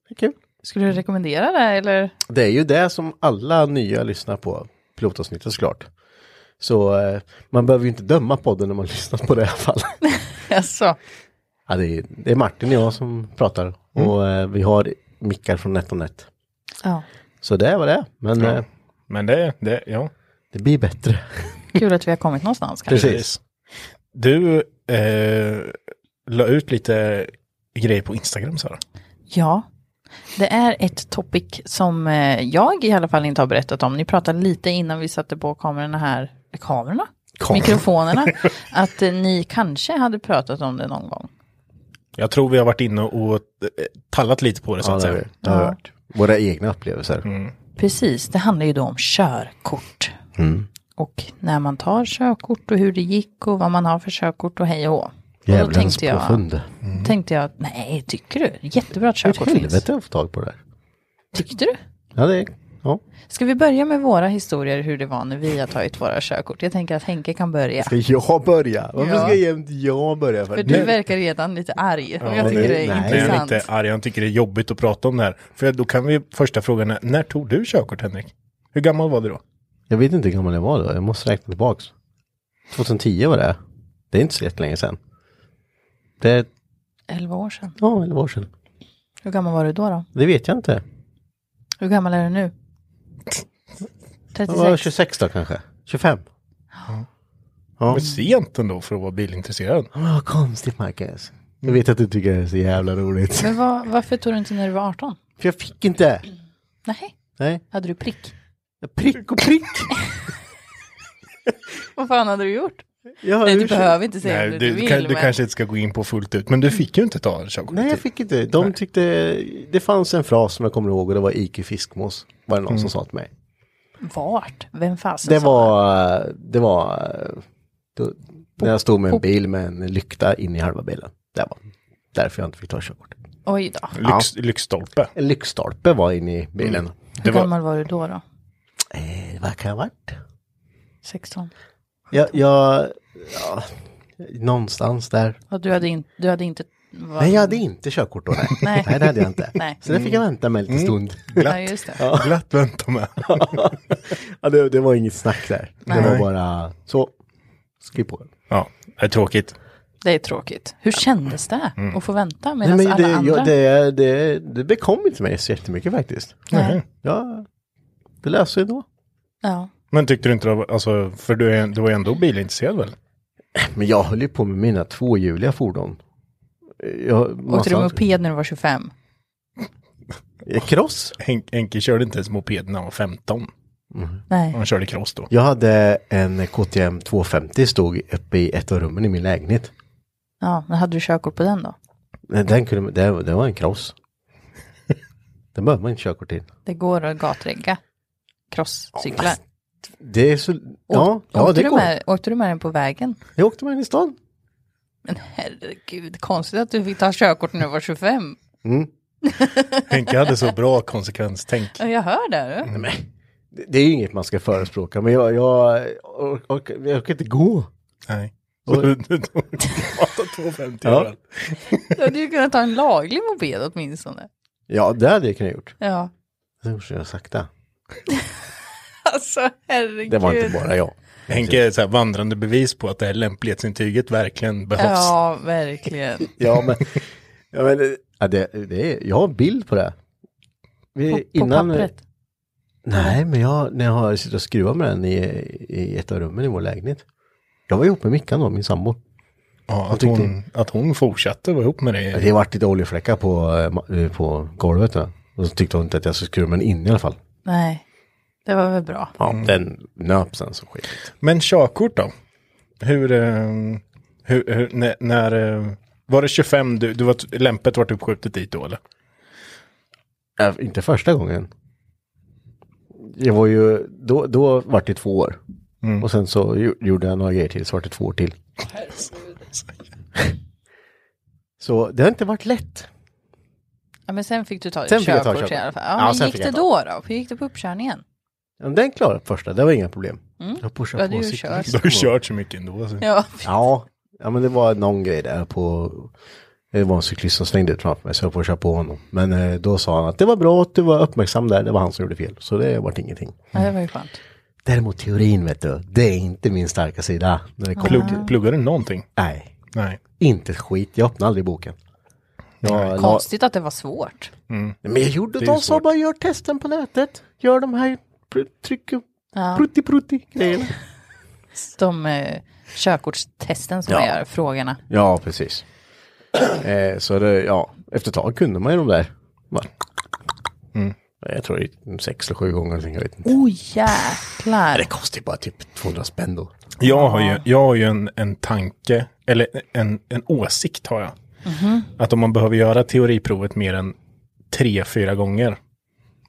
Speaker 2: är kul.
Speaker 3: Skulle du rekommendera det eller?
Speaker 2: Det är ju det som alla nya lyssnar på, pilotavsnittet såklart. Så eh, man behöver ju inte döma podden när man lyssnat på det i alla fall.
Speaker 4: Alltså.
Speaker 3: Jaså?
Speaker 2: ja, det, är, det är Martin och jag som pratar och eh, vi har mickar från NetOnNet.
Speaker 3: Ja.
Speaker 2: Så det var det är. men eh,
Speaker 4: Men det, det, ja.
Speaker 2: det blir bättre.
Speaker 3: Kul att vi har kommit någonstans kanske.
Speaker 2: Precis.
Speaker 4: Du eh, la ut lite grejer på Instagram, Sara.
Speaker 3: Ja, det är ett topic som eh, jag i alla fall inte har berättat om. Ni pratade lite innan vi satte på kamerorna här, kamerorna? Mikrofonerna. att eh, ni kanske hade pratat om det någon gång.
Speaker 4: Jag tror vi har varit inne och eh, tallat lite på det, så
Speaker 2: Ja,
Speaker 4: att
Speaker 2: det har
Speaker 4: säga.
Speaker 2: vi. Det har vi hört. Våra egna upplevelser.
Speaker 3: Precis, det handlar ju då om körkort. Och när man tar körkort och hur det gick och vad man har för körkort och hej och hå. Och då
Speaker 2: Djävulens
Speaker 3: tänkte jag, Mm.
Speaker 2: påfund.
Speaker 3: tänkte jag, nej, tycker du? Jättebra att
Speaker 2: Hur
Speaker 3: körkort
Speaker 2: i
Speaker 3: finns.
Speaker 2: helvete har jag fått tag på det där?
Speaker 3: Tyckte du?
Speaker 2: Ja, det är, ja.
Speaker 3: Ska vi börja med våra historier hur det var när vi har tagit våra körkort? Jag tänker att Henke kan börja.
Speaker 2: Ska jag börja? Varför
Speaker 3: Ja.
Speaker 2: ska jämt jag börja?
Speaker 3: För du verkar redan lite arg. och jag tycker
Speaker 2: nej,
Speaker 3: det är
Speaker 4: Nej,
Speaker 2: nej.
Speaker 4: jag är
Speaker 3: intressant.
Speaker 4: inte arg, jag tycker det är jobbigt att prata om det här. För då kan vi, första frågan är, när tog du körkort Henrik? Hur gammal var du då?
Speaker 2: Jag vet inte hur gammal jag var då. Jag måste räkna tillbaks. 2010 var det. Det är inte så jättelänge sedan. Det är,
Speaker 3: 11 år sedan.
Speaker 2: ja, 11 år sedan.
Speaker 3: Hur gammal var du då? då?
Speaker 2: Det vet jag inte.
Speaker 3: Hur gammal är du nu?
Speaker 2: Jag var
Speaker 3: 36.
Speaker 2: 26 då kanske. 25. Ja.
Speaker 4: Men sent ändå för att vara bilintresserad.
Speaker 2: Oh, vad konstigt Marcus. Jag vet att du tycker det är så jävla roligt.
Speaker 3: Men vad- varför tog du inte när du var 18?
Speaker 2: För jag fick inte.
Speaker 3: Nej,
Speaker 2: Nej.
Speaker 3: hade du prick?
Speaker 2: Prick och prick.
Speaker 3: Vad fan hade du gjort?
Speaker 2: Jag har
Speaker 3: Nej, du
Speaker 2: ursäkt.
Speaker 3: behöver inte säga
Speaker 4: Nej,
Speaker 3: det
Speaker 4: du,
Speaker 3: du vill.
Speaker 4: kan, du
Speaker 3: men-
Speaker 4: kanske inte ska gå in på fullt ut, men du fick ju inte ta körkort.
Speaker 2: Nej, jag
Speaker 4: till-
Speaker 2: fick inte. De tyckte, det fanns en fras som jag kommer ihåg och det var IQ Fiskmås. Var det någon som sa till mig.
Speaker 3: Vart? Vem fasen
Speaker 2: Det
Speaker 3: sa
Speaker 2: var, det var, då, när jag stod med en bil med en lykta in i halva bilen. Det var därför jag inte fick ta körkort.
Speaker 3: Oj då.
Speaker 4: Lyx, Lyxstolpe.
Speaker 2: En lyktstolpe var in i bilen.
Speaker 3: Hur
Speaker 4: Det var-
Speaker 3: gammal var du då? då?
Speaker 2: Eh, vad kan jag ha varit?
Speaker 3: 16.
Speaker 2: Jag, jag ja, någonstans där.
Speaker 3: Och du hade, in, du hade inte... var-
Speaker 2: Nej, jag hade inte körkort då. Nej,
Speaker 3: Nej.
Speaker 2: nej Mm. det hade jag inte.
Speaker 3: Nej.
Speaker 2: Så det fick jag vänta med en liten stund.
Speaker 3: Ja, just det.
Speaker 4: Glatt vänta med.
Speaker 2: Ja, det, det var inget snack där. Det var bara så. Skriv på.
Speaker 4: Ja, det är tråkigt.
Speaker 3: Det är tråkigt. Hur kändes det att få vänta
Speaker 2: Nej,
Speaker 3: medan
Speaker 2: men
Speaker 3: alla
Speaker 2: det,
Speaker 3: andra...
Speaker 2: jag, det, det, det bekom inte mig så jättemycket faktiskt.
Speaker 4: Mm.
Speaker 3: Nej.
Speaker 2: Ja, det löser jag då.
Speaker 3: Ja.
Speaker 4: Men tyckte du inte det var, alltså, för du, är, du var ju ändå bilintresserad väl?
Speaker 2: Men jag höll ju på med mina tvåhjuliga fordon. Jag,
Speaker 3: Åkte du
Speaker 2: massa-
Speaker 3: moped när du var 25?
Speaker 2: Eh, Cross?
Speaker 4: Hen- Henke körde inte ens moped när han var 15.
Speaker 3: Nej.
Speaker 4: Han körde cross då.
Speaker 2: Jag hade en KTM 250 stod uppe i ett av rummen i min lägenhet.
Speaker 3: Ja, men hade du körkort på den då?
Speaker 2: Nej, Den kunde, man- det, det var en cross. Den behöver man inte körkort till.
Speaker 3: Det går att gatregga crosscyklar.
Speaker 2: Det är så... Ja,
Speaker 3: Åk-
Speaker 2: ja
Speaker 3: åkte,
Speaker 2: det
Speaker 3: du
Speaker 2: går.
Speaker 3: med, åkte du med den på vägen?
Speaker 2: Jag åkte med den i stan.
Speaker 3: Men herregud, konstigt att du fick ta körkort när du var 25.
Speaker 4: Henke hade så bra konsekvenstänk.
Speaker 3: Ja, Jag hör det. du.
Speaker 2: Det, det är ju inget man ska förespråka, men jag, jag, ork- ork- jag orkar inte gå.
Speaker 4: Nej. Så du du tog prata 250
Speaker 2: Ja.
Speaker 4: överallt.
Speaker 3: Du hade ju kunnat ta en laglig moped åtminstone.
Speaker 2: Ja, det hade jag kunnat gjort.
Speaker 3: Ja,
Speaker 2: Det skulle jag sakta.
Speaker 3: alltså herregud.
Speaker 2: Det var inte bara jag.
Speaker 4: Henke är så här vandrande bevis på att det här lämplighetsintyget verkligen behövs.
Speaker 3: Ja, verkligen.
Speaker 2: Ja, men, ja, men eh, ja, det, det är, jag har en bild på det. Vi,
Speaker 3: På, på pappret.
Speaker 2: Nej, men jag, när jag har suttit och skruvat med den i, i ett av rummen i vår lägenhet. Jag var ihop med Mickan då, min sambo.
Speaker 4: Ja, att,
Speaker 2: tyckte-
Speaker 4: hon, att hon fortsatte vara ihop med dig.
Speaker 2: Det vart lite oljefläckar på, eh, ma- eh, på golvet. Då. Och så tyckte hon inte att jag skulle skruva med den in i alla fall. Mm.
Speaker 3: Nej, det var väl bra.
Speaker 2: Ja, den nöp sen så skitigt.
Speaker 4: Men körkort då? Hur, eh, hur, hur när, när eh, var det 25 du, du var, lämpet vart uppskjutet dit då eller?
Speaker 2: Äh, inte första gången. Jag var ju, då, då vart det två år.
Speaker 4: Mm.
Speaker 2: Och sen så gjo- gjorde jag några grejer till, så vart det två år till. så det har inte varit lätt.
Speaker 3: Ja, men sen fick du ta ditt
Speaker 2: Sen fick jag
Speaker 3: körkort,
Speaker 2: ta
Speaker 3: i
Speaker 2: körkort.
Speaker 3: alla fall.
Speaker 2: Ja,
Speaker 3: Ja,
Speaker 2: sen
Speaker 3: men gick
Speaker 2: fick
Speaker 3: det
Speaker 2: jag
Speaker 3: då då? Hur gick det på uppkörningen?
Speaker 2: Ja, men Den klarade jag på första, det var inga problem.
Speaker 4: Mm.
Speaker 2: Jag
Speaker 3: Ja,
Speaker 2: pushade
Speaker 3: du
Speaker 2: på sikten.
Speaker 3: kör.
Speaker 4: Du har ju kört så mycket ändå. alltså. Så.
Speaker 3: Ja,
Speaker 2: Ja, ja, men det var någon grej där på... Det var en cyklist som svängde ut framför mig så jag pushade på honom. Men eh, då sa han att det var bra att du var uppmärksam där, det var han som gjorde fel. Så det vart ingenting.
Speaker 3: ja det var ju skönt.
Speaker 2: Däremot teorin vet du, det är inte min starka sida. När det kommer till,
Speaker 4: Plugg, pluggar du någonting?
Speaker 2: nej,
Speaker 4: Nej.
Speaker 2: inte ett skit. Jag öppnade aldrig boken. Jag, la,
Speaker 3: Konstigt att det var svårt.
Speaker 2: men jag gjorde
Speaker 4: Det är
Speaker 2: de
Speaker 4: ju
Speaker 2: som
Speaker 4: svårt.
Speaker 2: bara gör testen på nätet. Gör de här pr- tryck och prutti prutti grejerna.
Speaker 3: De eh, körkortstesten som
Speaker 2: Ja.
Speaker 3: jag gör, frågorna.
Speaker 2: Ja, precis. eh, så det, ja, efter ett tag kunde man ju de där. Bara, Mm. Jag tror det är sex eller sju gånger. någonting, Jag vet inte.
Speaker 3: Oj jäklar.
Speaker 2: Det kostar ju bara typ 200 spänn då.
Speaker 4: Jag har ju, jag har ju en, en tanke, eller en, en åsikt har jag. Att om man behöver göra teoriprovet mer än tre, fyra gånger,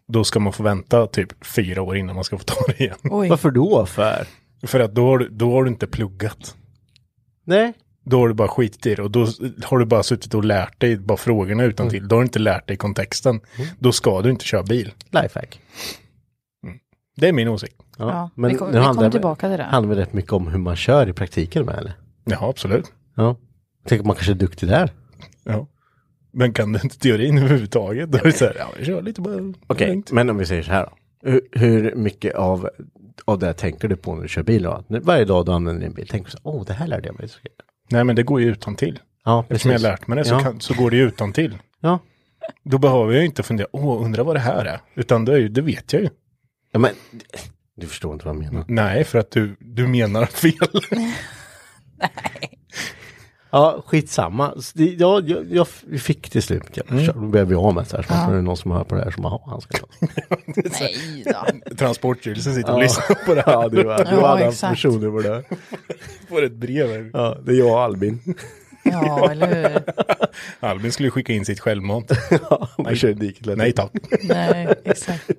Speaker 4: då ska man få vänta typ fyra år innan man ska få ta det igen.
Speaker 3: Oj.
Speaker 2: Varför då för?
Speaker 4: För att då har, du- då har du inte pluggat.
Speaker 2: Nej,
Speaker 4: Då har du bara skitit i det och då har du bara suttit och lärt dig bara frågorna utan till. Då har du inte lärt dig kontexten. Då ska du inte köra bil.
Speaker 2: lifehack.
Speaker 4: Det är min åsikt.
Speaker 3: Ja,
Speaker 2: men
Speaker 3: vi kommer- vi
Speaker 2: nu
Speaker 3: kommer
Speaker 2: handlar det-
Speaker 3: tillbaka till det.
Speaker 2: handlar det rätt mycket om hur man kör i praktiken med eller?
Speaker 4: Ja, absolut.
Speaker 2: Ja. Tänk om man kanske är duktig där.
Speaker 4: Ja. Men kan du inte teorin överhuvudtaget? Då är det så här, ja, jag kör lite bara. lugnt.
Speaker 2: men om vi säger så här då. Hur, hur mycket av, av det här tänker du på när du kör bil? Då? Nu- Varje dag du använder din bil, tänker du så åh, oh, det här lärde jag mig.
Speaker 4: Nej, men det går ju utan till.
Speaker 2: Ja,
Speaker 4: Eftersom jag har lärt mig det så,
Speaker 2: ja.
Speaker 4: kan, så går det ju utan till.
Speaker 2: Ja.
Speaker 4: Då behöver jag ju inte fundera, åh, undrar vad det här är. Utan det, är ju, det vet jag ju.
Speaker 2: ja, men du förstår inte vad jag menar.
Speaker 4: Nej, för att du, du menar fel.
Speaker 2: Ja, skitsamma. Så det- Jag, jag, jag fick till slut. Jag, Nu börjar vi av med det här. Så ja. det är någon som hör på det här som bara, "Ja, han ska ta.
Speaker 3: Nej då.
Speaker 4: Transportstyrelsen sitter och lyssnar på det här.
Speaker 2: Ja, du, var, du
Speaker 3: Ja,
Speaker 2: hade hans
Speaker 3: exakt.
Speaker 2: personnummer där.
Speaker 4: Får ett brev.
Speaker 2: Ja, det är jag och Albin.
Speaker 3: Ja, eller hur.
Speaker 4: Albin skulle ju skicka in sitt självmant.
Speaker 2: Vi kör i diket. lite.
Speaker 4: Nej tack.
Speaker 3: Nej, exakt.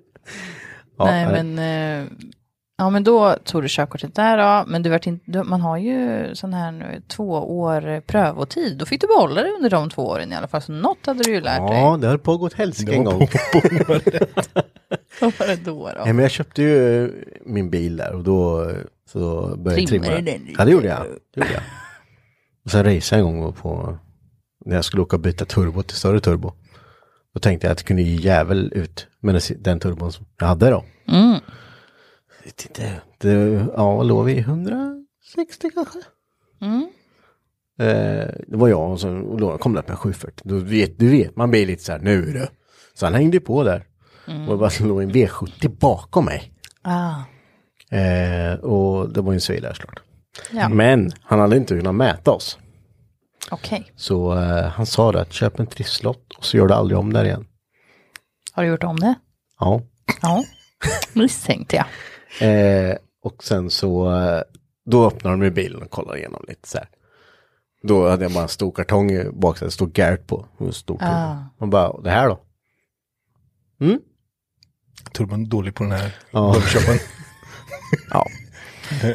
Speaker 3: nej, men... eh, Ja, men då tog du körkortet där då. Men du vart inte, du, man har ju sån här nu, två år eh, prövotid. Då fick du behålla det under de två åren i alla fall. Så något hade du ju lärt dig.
Speaker 2: Ja, det höll på att gå åt helsike en gång.
Speaker 3: Vad var det då? då?
Speaker 2: Nej, men jag köpte ju eh, min bil där och då eh, så började jag
Speaker 3: Trimmade
Speaker 2: trimma
Speaker 3: den lite.
Speaker 2: Ja, det gjorde jag. Det gjorde jag. Och sen raceade jag en gång på, när jag skulle åka och byta turbo till större turbo. Då tänkte jag att det kunde ge jävel ut med den- den turbon som jag hade då.
Speaker 3: Mm.
Speaker 2: Jag
Speaker 3: Mm.
Speaker 2: vet inte, det, ja, vad låg vi? 160 kanske? Eh, det var jag och, så, och då kom det upp en 740. Då vet, du vet, man blir lite så här, nu är det. Så han hängde ju på där.
Speaker 3: Mm.
Speaker 2: Och det bara slog en V70 bakom mig.
Speaker 3: Ah.
Speaker 2: Eh, och det var ju en svidare såklart.
Speaker 3: Ja.
Speaker 2: Men han hade inte kunnat mäta oss.
Speaker 3: Okej.
Speaker 2: Så eh, han sa det att köp en trisslott och så gör du aldrig om där igen.
Speaker 3: Har du gjort om det?
Speaker 2: Ja.
Speaker 3: Ja. Misstänkte jag.
Speaker 2: Eh, och sen så, eh, då öppnar de ju bilen och kollar igenom lite så här. Då hade jag bara en stor kartong i baksätet, stod Gert på. och En stor ah. Man bara, det här då?
Speaker 4: Turbon är dålig på den här
Speaker 2: Ja.
Speaker 4: workshopen.
Speaker 2: Ja,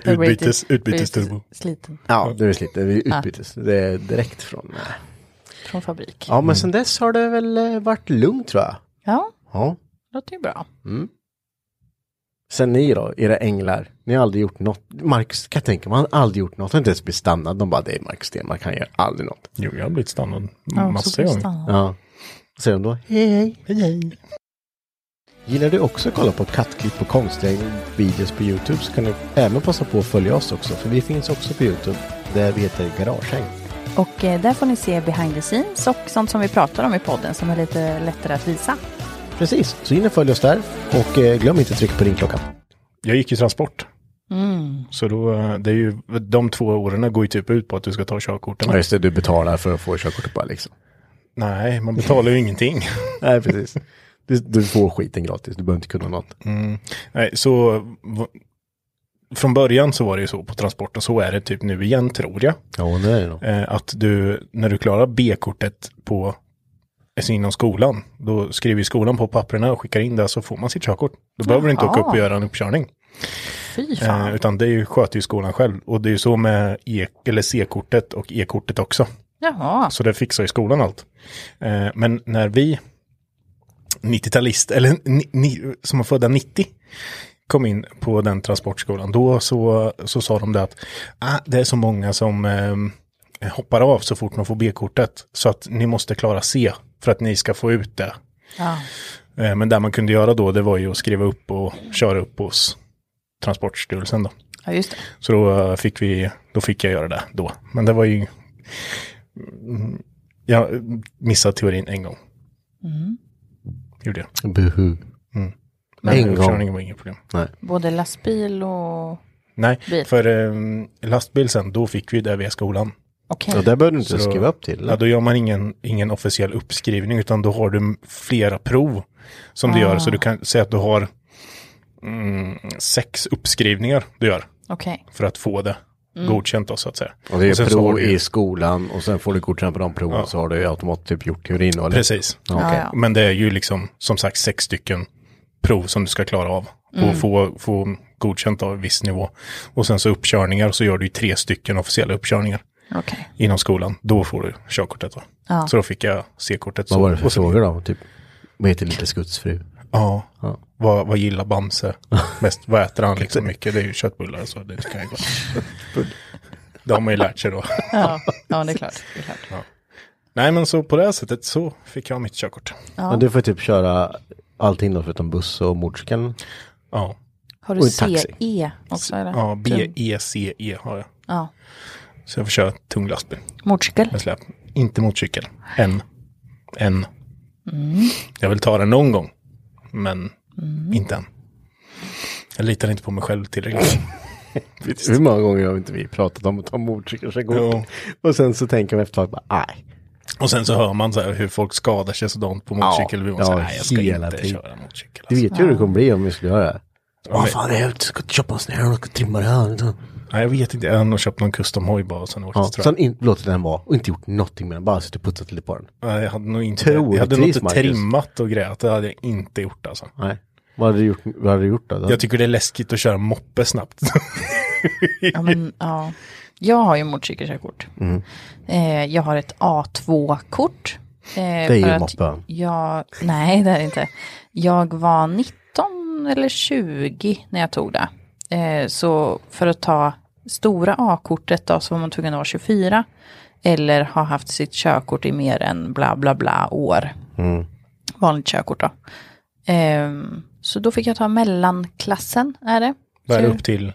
Speaker 4: Utbytes, utbytesturbo.
Speaker 3: Sliten.
Speaker 2: ja det är slut. Det är utbytes. Det är direkt från... eh.
Speaker 3: Från fabrik.
Speaker 2: Ja, men sen dess har det väl eh, varit lugnt tror jag.
Speaker 3: Ja,
Speaker 2: Ja.
Speaker 3: låter ju bra.
Speaker 2: Sen ni då, era änglar. Ni har aldrig gjort något. Marcus, kan jag tänka mig, han har aldrig gjort något. Han har inte ens blivit stannad. De bara, det är Marcus Stenmark, han gör aldrig något.
Speaker 4: Jo, jag har blivit stannad
Speaker 3: Ja, så
Speaker 4: Mm, massa
Speaker 3: får du
Speaker 4: gånger.
Speaker 3: stanna.
Speaker 2: Ja. Och säger de då, hej hej. Hej hej. Gillar du också att kolla på kattklipp och konstiga videos på Youtube så kan du även passa på att följa oss också. För vi finns också på Youtube där vi heter Garagehäng.
Speaker 3: Och eh, där får ni se behind the scenes och sånt som vi pratar om i podden som är lite lättare att visa.
Speaker 2: Precis, så in och följ oss där. Och eh, glöm inte att trycka på ringklockan.
Speaker 4: Jag gick i transport. Så då, eh, det är ju, de två åren går ju typ ut på att du ska ta körkorten.
Speaker 2: just det, du betalar för att få körkortet bara liksom.
Speaker 4: Nej, man betalar ju ingenting.
Speaker 2: Nej, precis. Du, du får skiten gratis, du behöver inte kunna något.
Speaker 4: Nej, så v- från början så var det ju så på transport och så är det typ nu igen tror jag.
Speaker 2: Ja, det är det nog.
Speaker 4: Eh, att du, när du klarar B-kortet på, alltså inom skolan, då skriver ju skolan på papperna och skickar in det så får man sitt körkort. Då behöver du inte åka upp och göra en uppkörning.
Speaker 3: Fy fan.
Speaker 4: Eh, utan det är ju, sköter ju skolan själv. Och det är ju så med E eller C-kortet och E-kortet också.
Speaker 3: Jaha.
Speaker 4: Så det fixar ju skolan allt. Eh, men när vi 90-talist, eller ni, ni, som var födda 90, kom in på den transportskolan, då så, så sa de det att ah, det är så många som eh, hoppar av så fort man får B-kortet, så att ni måste klara C för att ni ska få ut det.
Speaker 3: Ja.
Speaker 4: Eh, men det man kunde göra då, det var ju att skriva upp och köra upp hos Transportstyrelsen då.
Speaker 3: ja, just det.
Speaker 4: Så då eh, fick vi, då fick jag göra det då. Men det var ju, Mm, jag missade teorin en gång. Gjorde jag.
Speaker 2: Buhu.
Speaker 4: Men
Speaker 2: En gång.
Speaker 4: uppkörningen var inget problem.
Speaker 3: Både lastbil och...
Speaker 4: Nej,
Speaker 3: Bil.
Speaker 4: för um, lastbil sen, då fick vi det via skolan.
Speaker 3: Okej.
Speaker 2: Ja, där behöver du inte
Speaker 4: Så då-
Speaker 2: skriva upp till.
Speaker 4: Ja, då gör man ingen, ingen officiell uppskrivning, utan då har du m- flera prov som du gör. Så du kan säga att du har mm, sex uppskrivningar du gör
Speaker 3: Okej.
Speaker 4: för att få det godkänt då, så att säga.
Speaker 2: Och det är
Speaker 4: sen så har
Speaker 2: prov
Speaker 4: du ju-
Speaker 2: i skolan och sen får du godkänt på de proven så har du ju automatiskt typ gjort teorin. Eller?
Speaker 4: Precis.
Speaker 2: Ja, okej.
Speaker 3: Ja, ja.
Speaker 4: Men det är ju liksom som sagt sex stycken prov som du ska klara av och
Speaker 3: Mm.
Speaker 4: få, få godkänt av en viss nivå. Och sen så uppkörningar, så gör du ju tre stycken officiella uppkörningar
Speaker 3: Okej.
Speaker 4: inom skolan. Då får du körkortet. Då.
Speaker 3: Ja.
Speaker 4: Så då fick jag C-kortet.
Speaker 2: Vad
Speaker 4: Så-
Speaker 2: var det för
Speaker 4: och så-
Speaker 2: frågor då? Typ, vad heter lite skuttsfru?
Speaker 4: Ja. Vad, vad gillar Bamse mest? Vad äter han liksom mycket? Det är ju köttbullar så det kan jag gå. Det har man ju lärt sig då.
Speaker 3: Ja. ja, det är klart. Det är klart.
Speaker 4: Nej men så på det här sättet så fick jag mitt körkort.
Speaker 2: Men du får typ köra allting då förutom buss och motorcykeln.
Speaker 4: Ja,
Speaker 3: Har
Speaker 2: Och
Speaker 3: du
Speaker 2: en taxi.
Speaker 3: CE också? Eller?
Speaker 4: ja
Speaker 3: Tung-
Speaker 4: B-E-C-E E har jag.
Speaker 3: Ja.
Speaker 4: Så jag får köra tung lastbil.
Speaker 3: Motorcykel?
Speaker 4: med släp. Inte motorcykel. Än. Än. Jag vill ta den någon gång. Men inte än. Jag litar inte på mig själv tillräckligt.
Speaker 2: Hur många gånger har inte vi pratat om att ta motorcykelkörkort?
Speaker 4: Jo.
Speaker 2: Och sen så tänker man efter ett tag, bara, nej.
Speaker 4: Och sen så hör man så här hur folk skadar sig sådant på motorcykel. Ja,
Speaker 2: ja,
Speaker 4: säger, nej, jag ska
Speaker 2: hela
Speaker 4: inte
Speaker 2: tiden.
Speaker 4: köra motorcykel.
Speaker 2: Du
Speaker 4: Alltså.
Speaker 2: vet ju hur det kommer bli om vi skulle göra det.
Speaker 4: Ja, men-
Speaker 2: det är, jag ska köpa en snö och trimma det här. liksom.
Speaker 4: Nej, jag vet inte. Jag har nog köpt någon custom hoj bara och sen åkt
Speaker 2: Ja,
Speaker 4: tror
Speaker 2: sen in, låter den vara och inte gjort någonting med den, bara suttit och putsat lite på den.
Speaker 4: jag. Nej, jag hade nog inte, jag
Speaker 2: Troligtvis,
Speaker 4: hade nog inte
Speaker 2: Marcus.
Speaker 4: trimmat och grejat. Det hade jag inte gjort alltså.
Speaker 2: Nej. Vad hade du gjort, vad hade du gjort då?
Speaker 4: Jag tycker det är läskigt att köra moppe snabbt.
Speaker 3: Ja, men, ja. Jag har ju motorcykelkörkort. Eh, jag har ett A2-kort. Eh,
Speaker 2: är ju moppe.
Speaker 3: Jag, nej, det är det inte. Jag var 19 eller 20 när jag tog det. Eh, så för att ta stora A-kortet då så var man tvungen att vara 24. Eller ha haft sitt körkort i mer än bla bla bla år.
Speaker 4: Mm.
Speaker 3: Vanligt körkort då. Ehm, så då fick jag ta mellanklassen är det.
Speaker 4: Bär
Speaker 3: Så-
Speaker 4: upp till.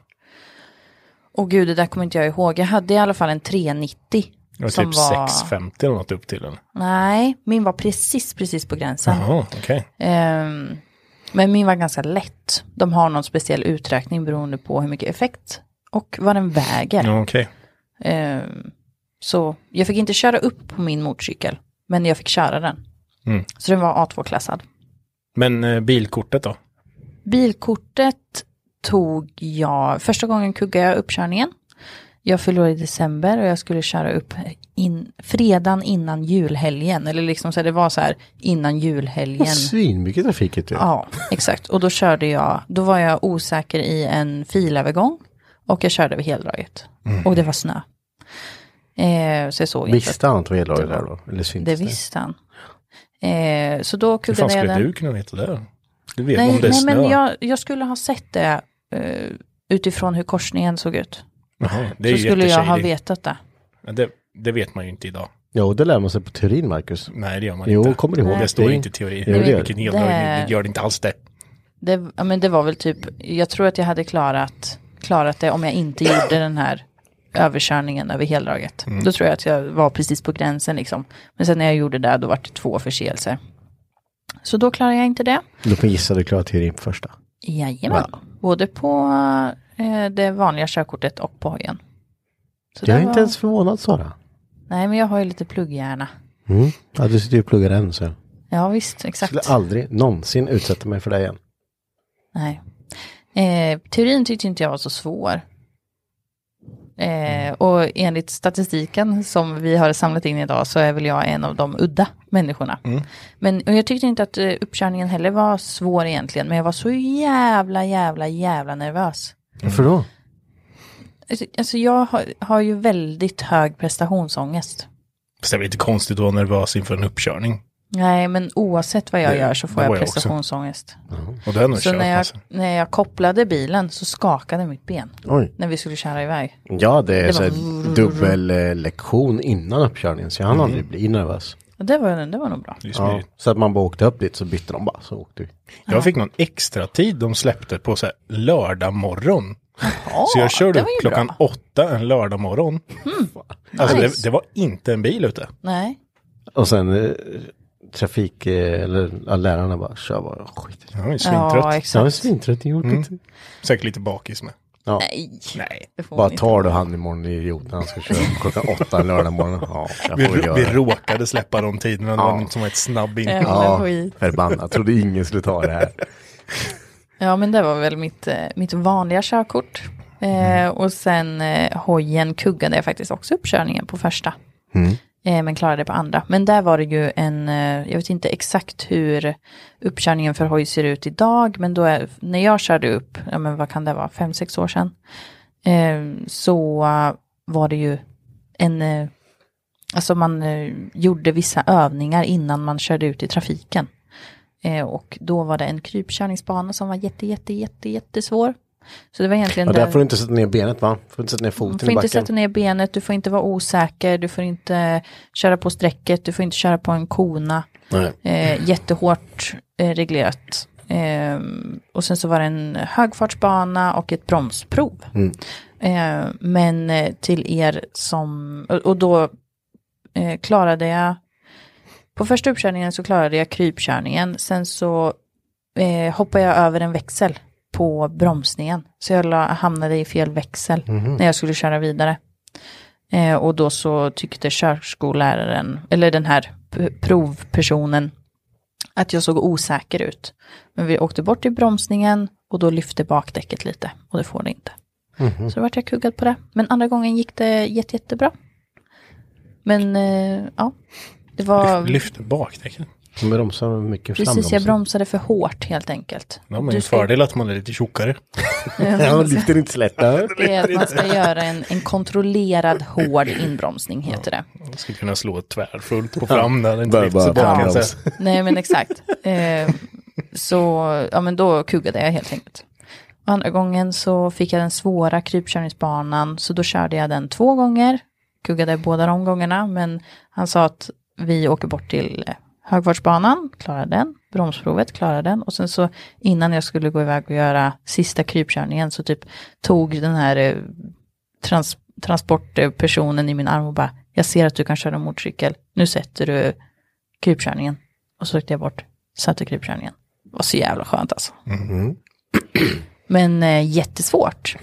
Speaker 3: och gud, det där kommer inte jag ihåg. Jag hade i alla fall en 390
Speaker 4: Det var
Speaker 3: Som
Speaker 4: typ
Speaker 3: var-
Speaker 4: 6,50 eller något upp till den.
Speaker 3: Nej, min var precis, precis på gränsen.
Speaker 4: Jaha, okej.
Speaker 3: Ehm, men min var ganska lätt. De har någon speciell uträkning beroende på hur mycket effekt och vad den väger.
Speaker 4: Ja, okej.
Speaker 3: Ehm, så jag fick inte köra upp på min motorcykel, men jag fick köra den.
Speaker 4: Mm.
Speaker 3: Så den var A2-klassad.
Speaker 4: Men eh, bilkortet då?
Speaker 3: Bilkortet tog jag, första gången kuggade jag uppkörningen. Jag fyllde år i december och jag skulle köra upp in, fredagen innan julhelgen. Eller liksom så här, det var så här innan julhelgen.
Speaker 2: Svinmycket trafik är det.
Speaker 3: Ja, exakt. Och då körde jag, då var jag osäker i en filövergång och jag körde över heldraget.
Speaker 4: Mm.
Speaker 3: Och det var snö. Eh, så jag såg inte.
Speaker 2: Visste han att det var eldrag där då? Eller
Speaker 3: Det
Speaker 2: syntes det?
Speaker 3: visste han. Eh, så då
Speaker 4: Hur fan
Speaker 3: kuggade jag
Speaker 4: skulle
Speaker 3: den.
Speaker 4: du kunna veta det? Du vet
Speaker 3: nej,
Speaker 4: om det är
Speaker 3: nej
Speaker 4: snö.
Speaker 3: men jag, jag skulle ha sett det eh, utifrån hur korsningen såg ut.
Speaker 4: Jaha, det är
Speaker 3: så
Speaker 4: ju
Speaker 3: skulle jag ha
Speaker 4: jätteshady.
Speaker 3: vetat det.
Speaker 4: Men Det, det vet man ju inte idag.
Speaker 2: Jo, det lär man sig på teorin, Marcus.
Speaker 4: Nej, det gör man
Speaker 2: Jo,
Speaker 4: inte.
Speaker 2: kommer du ihåg?
Speaker 4: Det står
Speaker 2: är-
Speaker 4: inte i teori.
Speaker 2: Jo, det gör
Speaker 4: Vilken
Speaker 2: det.
Speaker 4: eldragning, det gör det inte alls det.
Speaker 3: Det, ja, men det var väl typ, jag tror att jag hade klarat, klarat det om jag inte gjorde den här överkörningen över heldraget.
Speaker 2: Mm.
Speaker 3: Då tror jag att jag var precis på gränsen liksom. Men sen när jag gjorde det, då var det två förseelser. Så då klarade jag inte det.
Speaker 2: Låt mig gissa, du klarar teorin på första.
Speaker 3: Jajamän.
Speaker 2: Wow.
Speaker 3: Både på eh, det vanliga körkortet och på hojen. Så
Speaker 2: Jag är
Speaker 3: det
Speaker 2: inte
Speaker 3: var-
Speaker 2: ens förvånad, Sara.
Speaker 3: Nej, men jag har ju lite plugghjärna.
Speaker 2: Mm. Ja, du sitter ju och pluggar än, så jag
Speaker 3: Ja, visst, exakt.
Speaker 2: skulle aldrig någonsin utsätta mig för det igen.
Speaker 3: Nej. Eh, teorin tyckte inte jag var så svår. Eh, och enligt statistiken som vi har samlat in idag så är väl jag en av de udda människorna.
Speaker 4: Mm.
Speaker 3: Men och jag tyckte inte att eh, uppkörningen heller var svår egentligen, men jag var så jävla, jävla, jävla nervös.
Speaker 2: Varför då?
Speaker 3: Alltså- Alltså jag har, har ju väldigt hög prestationsångest.
Speaker 4: Fast det är väl inte konstigt att vara nervös inför en uppkörning.
Speaker 3: Nej, men oavsett vad jag
Speaker 4: Det-
Speaker 3: gör så får
Speaker 4: det
Speaker 3: jag
Speaker 4: var jag också.
Speaker 3: prestationsångest.
Speaker 4: Och det har jag nog
Speaker 3: Så
Speaker 4: kört
Speaker 3: när jag,
Speaker 4: alltså.
Speaker 3: när jag kopplade bilen så skakade mitt ben
Speaker 2: Oj.
Speaker 3: när vi skulle köra iväg.
Speaker 2: Ja, det är
Speaker 3: Det
Speaker 2: så här
Speaker 3: var-
Speaker 2: dubbellektion innan uppkörningen, så jag hann aldrig bli nervös.
Speaker 3: Och det var, det var nog bra.
Speaker 4: Det är
Speaker 2: Ja,
Speaker 4: smidigt.
Speaker 2: så att man bara åkte upp dit, så bytte de bara, så åkte vi.
Speaker 4: Jag fick någon extra tid de släppte på så här lördag morgon. så jag körde
Speaker 3: det var
Speaker 4: upp
Speaker 3: ju
Speaker 4: klockan
Speaker 3: bra. Hmm.
Speaker 4: åtta en lördag morgon. Alltså det,
Speaker 3: Nice.
Speaker 4: det var inte en bil ute.
Speaker 3: Nej.
Speaker 2: Och sen eh, trafik, eh, eller ja, lärarna bara, kör bara, skit.
Speaker 4: Jag var ju
Speaker 3: Ja,
Speaker 4: svintrött.
Speaker 2: Jag är
Speaker 3: exakt.
Speaker 2: svintrött i jobbet.
Speaker 4: Säkert lite bakis med.
Speaker 2: Ja.
Speaker 3: Nej.
Speaker 4: Nej.
Speaker 3: det får
Speaker 2: Bara
Speaker 3: hon inte.
Speaker 2: tar du han imorgon, idioten, han ska köra klockan åtta en lördag morgon. Ja, jag
Speaker 4: Vi,
Speaker 2: får väl göra
Speaker 4: vi
Speaker 2: det.
Speaker 4: råkade släppa de tiderna. Det var
Speaker 2: Ja.
Speaker 4: något som var ett snabb in.
Speaker 3: Ja.
Speaker 2: Ja,
Speaker 3: skit.
Speaker 2: förbannat. Trodde ingen skulle ta det här.
Speaker 3: Ja, men det var väl mitt, eh, mitt vanliga körkort. Eh, och sen eh, hojen kuggade jag faktiskt också uppkörningen på första. Eh, men klarade det på andra. Men där var det ju en, eh, jag vet inte exakt hur uppkörningen för hoj ser ut idag. Men då är, när jag körde upp, ja men vad kan det vara, fem, sex år sedan. Eh, så eh, var det ju en, eh, alltså man eh, gjorde vissa övningar innan man körde ut i trafiken. Eh, och då var det en krypkörningsbana som var jätte, jätte, jätte, jättesvår. Så det var egentligen
Speaker 2: Och där får du
Speaker 3: den-
Speaker 2: inte sätta ner benet va? Får inte sätta ner
Speaker 3: du
Speaker 2: foten
Speaker 3: får
Speaker 2: i
Speaker 3: inte
Speaker 2: backen.
Speaker 3: sätta ner benet, du får inte vara osäker, du får inte köra på strecket, du får inte köra på en kona.
Speaker 2: Nej.
Speaker 3: Eh, jättehårt eh, reglerat. Eh, och sen så var det en högfartsbana och ett bromsprov. Eh, men eh, till er som, och, och då eh, klarade jag, på första uppkörningen så klarade jag krypkörningen, sen så eh, hoppade jag över en växel på bromsningen. Så jag la, hamnade i fel växel när jag skulle köra vidare. Eh, och då så tyckte körskolläraren, eller den här p- provpersonen, att jag såg osäker ut. Men vi åkte bort till bromsningen och då lyfte bakdäcket lite och det får det inte. Så då vart jag kuggad på det. Men andra gången gick det jätte, jättebra. Men eh, ja, det var...
Speaker 4: Lyft, lyfte bakdäcken.
Speaker 2: De bromsar mycket
Speaker 3: Precis,
Speaker 2: frambromsar.
Speaker 3: jag bromsade för hårt helt enkelt.
Speaker 4: Det har man ju en fördel att man är lite tjockare.
Speaker 2: Ja, lyfter inte slätt. Ja.
Speaker 3: Det är att man ska göra en, en kontrollerad hård inbromsning heter det.
Speaker 4: Man ska kunna slå tvärfullt på fram när den inte
Speaker 2: Bara-
Speaker 4: lyfts i
Speaker 2: bara
Speaker 4: backen.
Speaker 2: fram.
Speaker 4: så här.
Speaker 3: Nej men exakt. Eh, så ja men då kuggade jag helt enkelt. Och andra gången så fick jag den svåra krypkörningsbanan så då körde jag den två gånger. Kuggade båda de gångerna men han sa att vi åker bort till eh, högfartsbanan, klarar den, bromsprovet, klarar den och sen så innan jag skulle gå iväg och göra sista krypkörningen så typ tog den här eh, trans transportpersonen i min arm och bara Jag ser att du kan köra motorcykel. Nu sätter du krypkörningen. Och så ryckte jag bort. Satte krypkörningen. Det var så jävla skönt alltså.
Speaker 2: Mm-hmm.
Speaker 3: Men eh, jättesvårt.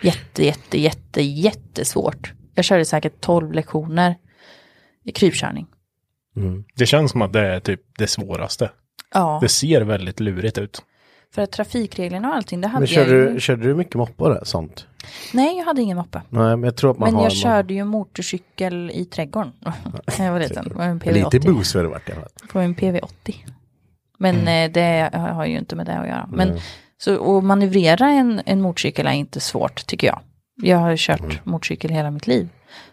Speaker 3: Jätte, jätte, jätte, jättesvårt. Jag körde säkert 12 lektioner i krypkörning.
Speaker 4: Det känns som att det är typ det svåraste.
Speaker 3: Ja,
Speaker 4: Det ser väldigt lurigt ut.
Speaker 3: för att trafikreglerna och allting, det hade
Speaker 2: Men
Speaker 3: jag
Speaker 2: körde
Speaker 3: ju.
Speaker 2: du, körde du mycket moppe och det- sånt?
Speaker 3: Nej, jag hade ingen moppe.
Speaker 2: Nej, men jag tror att man
Speaker 3: Men
Speaker 2: har...
Speaker 3: jag
Speaker 2: man-
Speaker 3: körde ju motorcykel i trädgården när jag var liten. Det var en
Speaker 2: Lite
Speaker 3: PV80.
Speaker 2: boost har det varit i alla fall.
Speaker 3: på en PV80. Men eh, det har ju inte med det att göra. Men så att manövrera en, en motorcykel är inte svårt tycker jag. Jag har ju kört motorcykel hela mitt liv.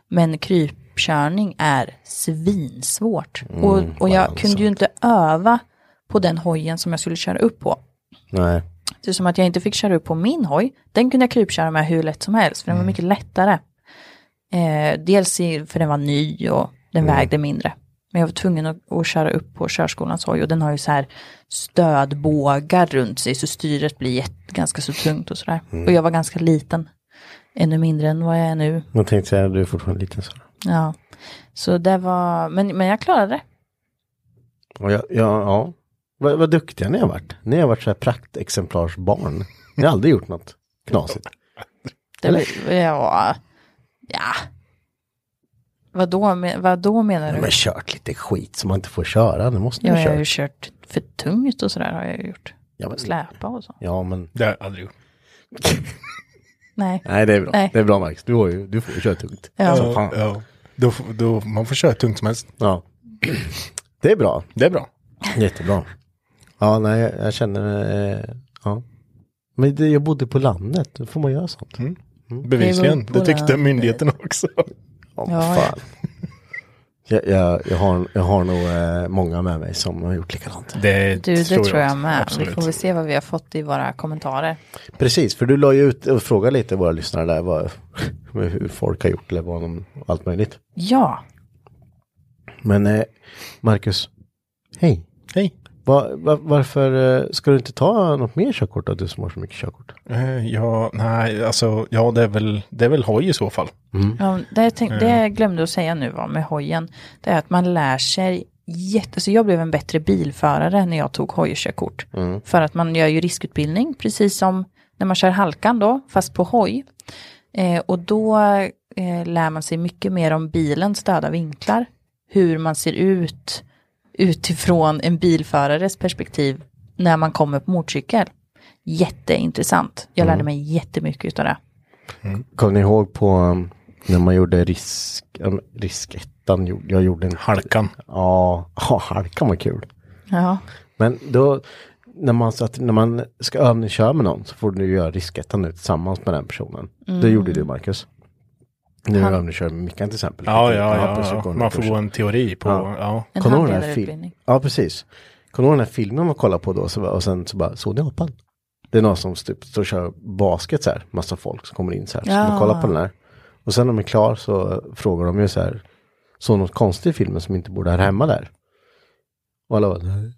Speaker 3: Men krypkörning är svinsvårt. och, och jag kunde ju inte öva på den hojen som jag skulle köra upp på.
Speaker 2: Nej.
Speaker 3: Det är som att jag inte fick köra upp på min hoj. Den kunde jag krypköra med hur lätt som helst, för den var mycket lättare. Eh, dels i, för den var ny och den vägde mindre. Men jag var tvungen att, att köra upp på körskolans hoj och den har ju så här stödbågar runt sig så styret blir jätte, ganska så tungt och sådär. Och jag var ganska liten. Ännu mindre än vad jag är nu.
Speaker 2: Man tänkte säga, du är fortfarande liten så.
Speaker 3: Ja. Så det var, men, men jag klarade det.
Speaker 2: Och jag, ja, ja. Vad, vad duktiga ni har varit. Ni har varit så här praktexemplarsbarn. Ni har aldrig gjort något knasigt.
Speaker 3: det var, ja. ja. Vadå, men- vadå menar du?
Speaker 2: Men kört lite skit som man inte får köra. Det måste ni
Speaker 3: Ja,
Speaker 2: ha
Speaker 3: jag har ju
Speaker 2: kört.
Speaker 3: kört för tungt och sådär har jag ju gjort.
Speaker 2: Ja, men-
Speaker 3: Släpa och så.
Speaker 2: Ja, men...
Speaker 4: Det har jag aldrig gjort.
Speaker 3: Nej.
Speaker 2: Nej, det är bra.
Speaker 3: Nej.
Speaker 2: Det är bra, Max. Du, har ju, du får ju köra tungt.
Speaker 3: Ja.
Speaker 2: Som Alltså, fan.
Speaker 4: Ja. Då, f- då, man får köra tungt som helst.
Speaker 2: Ja. Det är bra.
Speaker 4: Det är bra.
Speaker 2: Jättebra. Ja, nej, jag, jag känner... Eh, ja. Men det, jag bodde på landet. Då får man göra sånt.
Speaker 4: Mm. Bevisligen.
Speaker 3: Det var
Speaker 4: Det tyckte
Speaker 3: det.
Speaker 4: myndigheten också.
Speaker 2: Ja,
Speaker 3: Ja,
Speaker 2: vad fan. Jag, jag, jag, har, jag har nog eh, många med mig som har gjort likadant.
Speaker 4: Det
Speaker 3: Du, det tror jag, med. Vi
Speaker 4: Absolut.
Speaker 3: får väl se vad vi har fått i våra kommentarer.
Speaker 2: Precis, för du la ju ut och frågade lite våra lyssnare där vad, hur folk har gjort eller vad de, allt möjligt.
Speaker 3: Ja,
Speaker 2: Men eh, Marcus, hej.
Speaker 4: Hej.
Speaker 2: Va, va, varför eh, ska du inte ta något mer körkort då, du som har så mycket körkort?
Speaker 4: Eh, Ja, nej, alltså, ja, det är väl, det är väl hoj i så fall.
Speaker 3: ja det, jag tänk, det jag glömde att säga nu var med hojen. Det är att man lär sig jätte... Så jag blev en bättre bilförare när jag tog hojkörkort.
Speaker 2: Mm.
Speaker 3: För att man gör ju riskutbildning, precis som när man kör halkan då, fast på hoj. Eh, och då eh, lär man sig mycket mer om bilens döda vinklar. Hur man ser ut utifrån en bilförares perspektiv när man kommer på motorcykel. Jätteintressant. Jag
Speaker 2: Mm.
Speaker 3: lärde mig jättemycket av det.
Speaker 2: Kommer ni ihåg på um, när man gjorde risk, um, riskettan? gjorde- Jag gjorde en...
Speaker 4: Halkan.
Speaker 2: Ja, ja, halkan var kul.
Speaker 3: Ja.
Speaker 2: Men då, när man, så att, när man ska övningsköra med någon så får du göra riskettan nu tillsammans med den personen.
Speaker 4: Mm.
Speaker 2: Det gjorde du Marcus. Nu
Speaker 3: Han-
Speaker 2: övningskör med Mickan till exempel.
Speaker 4: Ja, ja, ja.
Speaker 2: precis,
Speaker 4: ja.
Speaker 2: går
Speaker 4: Man får
Speaker 2: kursen.
Speaker 4: gå en teori på,
Speaker 2: Ja.
Speaker 4: ja.
Speaker 3: En
Speaker 2: Kommer du ihåg den här
Speaker 3: handledarutbildning.
Speaker 2: fil- Ja, precis. Kommer du ihåg den här filmen man kollade på då? Så, bara- och sen så bara, såg ni apan? Det är någon som typ står och kör basket så här. Massa folk som kommer in så här. Så
Speaker 3: Ja.
Speaker 2: man kollar på den här. Och sen när de är klar så frågar de ju så här. Såg något konstigt i filmen som inte borde här hemma där? Och alla bara, "Nej."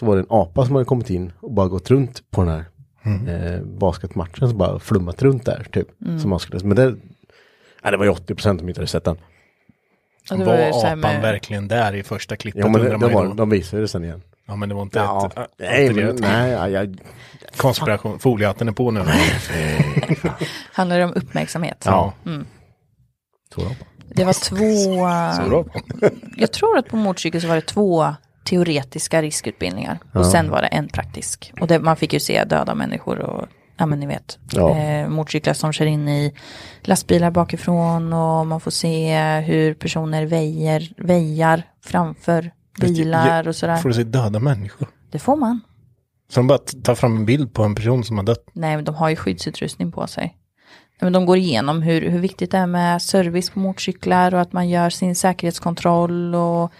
Speaker 2: Så var det en apa som hade kommit in och bara gått runt på den här
Speaker 4: Mm.
Speaker 2: eh, basketmatchen. Så bara flummat runt där typ.
Speaker 3: Mm.
Speaker 2: Som man skulle, men det, nej, det var ju 80 procent som inte hade sett den.
Speaker 3: Och det var
Speaker 4: Var
Speaker 3: ju så här
Speaker 4: apan
Speaker 3: med-
Speaker 4: verkligen där i första klippet?
Speaker 2: Ja, men det,
Speaker 4: undrar man
Speaker 2: det
Speaker 4: ju
Speaker 2: var,
Speaker 4: då.
Speaker 2: de visade det sen igen.
Speaker 4: ja, men det var inte
Speaker 2: Ja,
Speaker 4: ett... äh,
Speaker 2: nej,
Speaker 4: inte
Speaker 2: men,
Speaker 4: ett-
Speaker 2: nej, ja, jag,
Speaker 4: Konspiration. Foliehatten är på nu.
Speaker 3: Handlar det om uppmärksamhet?
Speaker 2: Ja.
Speaker 3: Mm.
Speaker 2: Tror jag
Speaker 3: Det var två... Jag tror att på motorcykel så var det två teoretiska riskutbildningar. Och sen var det en praktisk. Och det, man fick ju se döda människor och, ja men ni vet,
Speaker 2: Ja.
Speaker 3: eh, motorcyklar som kör in i lastbilar bakifrån. Och man får se hur personer väjer, väjar framför bilar och sådär.
Speaker 4: Får du se döda människor?
Speaker 3: Det får man.
Speaker 4: Så de bara t- tar fram en bild på en person som har dött.
Speaker 3: Nej, men de har ju skyddsutrustning på sig. Nej, Men de går igenom hur, hur viktigt det är med service på motorcyklar och att man gör sin säkerhetskontroll och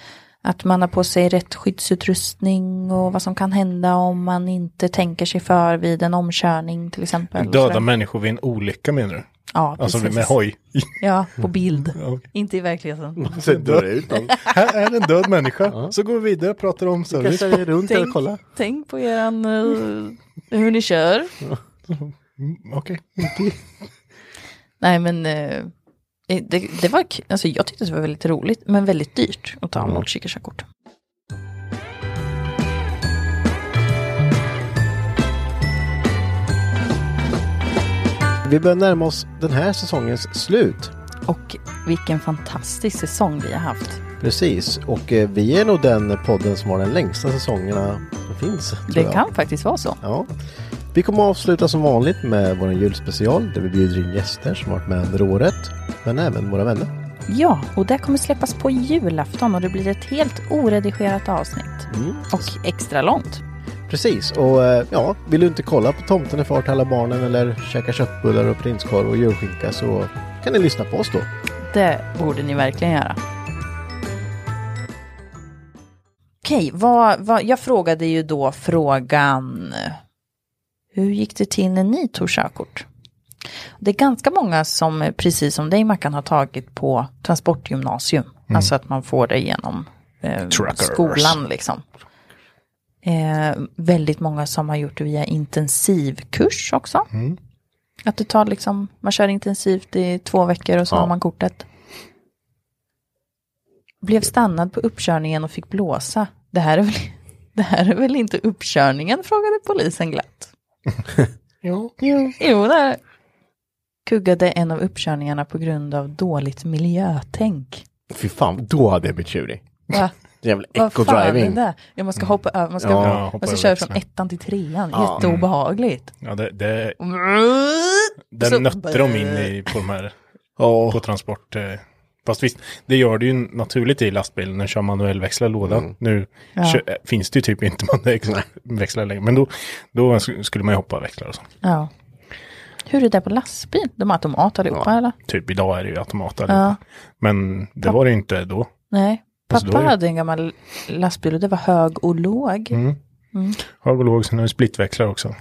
Speaker 3: att man har på sig rätt skyddsutrustning och vad som kan hända om man inte tänker sig för vid en omkörning till exempel. och
Speaker 4: Döda
Speaker 3: sådär.
Speaker 4: människor vid en olycka menar du?
Speaker 3: Ja, precis.
Speaker 4: Alltså med Mm. hoj.
Speaker 3: Ja, på bild.
Speaker 4: okej.
Speaker 3: Inte i
Speaker 4: Mm.
Speaker 3: verkligheten.
Speaker 2: på. Så drar det ut någon.
Speaker 4: Här är en död människa. Så går vi vidare och pratar om service.
Speaker 2: Kastar det runt
Speaker 3: Tänk,
Speaker 2: och kolla.
Speaker 3: tänk på eran, eh, hur ni kör.
Speaker 4: Okej.
Speaker 3: Nej men eh, Eh, Det, det var, k- alltså jag tyckte det var väldigt roligt, men väldigt dyrt att ta
Speaker 4: Mm.
Speaker 3: motorcykelkörkort.
Speaker 2: Vi börjar närma oss den här säsongens slut.
Speaker 3: Och vilken fantastisk säsong vi har haft.
Speaker 2: Precis, och eh, vi är nog den podden som har den längsta säsongerna som finns. Tror
Speaker 3: Det
Speaker 2: jag.
Speaker 3: kan faktiskt vara så.
Speaker 2: Ja. Vi kommer att avsluta som vanligt med vår julspecial där vi bjuder in gäster som varit med under året, men även våra vänner.
Speaker 3: Ja, och det kommer släppas på julafton och det blir ett helt oredigerat avsnitt.
Speaker 2: Mm.
Speaker 3: Och extra långt.
Speaker 2: Precis, och eh, ja, vill du inte kolla på Tomten är far till alla barnen eller käka köttbullar och prinskorv och julskinka så kan ni lyssna på oss då.
Speaker 3: Det borde ni verkligen göra. Okej, vad, vad, jag frågade ju då frågan hur gick det till när ni tog körkort? Det är ganska många som, precis som dig Mackan, har tagit på transportgymnasium. Alltså att man får det genom eh,
Speaker 4: Truckers.
Speaker 3: skolan liksom. Eh, väldigt många som har gjort det via intensivkurs också. Att du tar liksom, man kör intensivt i två veckor och så har man kortet. Blev stannad på uppkörningen och fick blåsa. Det här är väl, det här är väl inte uppkörningen, frågade polisen glatt. jo. Jo, det är det. Kuggade en av uppkörningarna på grund av dåligt miljötänk.
Speaker 2: Fy fan, då hade jag blivit tjurig.
Speaker 3: Va?
Speaker 2: Jävla
Speaker 3: Vad fan är
Speaker 2: eco-driving.
Speaker 3: det? Ja, man ska hoppa över, man ska,
Speaker 2: Ja,
Speaker 4: Mm. hoppa
Speaker 3: man ska
Speaker 4: över
Speaker 3: köra från
Speaker 4: växeln.
Speaker 3: ettan till trean. Jätteobehagligt.
Speaker 4: Ja, det, det,
Speaker 3: Där
Speaker 4: där nötte de in i, på de här
Speaker 2: Ja,
Speaker 4: på transport. eh, Fast visst, det gör det ju naturligt i lastbil när du kör manuellväxlad låda. Nu kö- eh, finns det ju typ inte manuellväxlar längre, men då, då sk- skulle man ju hoppa växlar och så.
Speaker 3: Ja. Hur är det där på lastbil? De har automat allihopa eller?
Speaker 4: Typ idag är det ju automater. Men det var det ju inte då.
Speaker 3: Nej.
Speaker 4: Alltså, då
Speaker 3: Pappa
Speaker 4: är det- Mm.
Speaker 3: hade en gammal lastbil och det var hög och låg. Ja,
Speaker 4: Hög och låg, sen är det splittväxlar också.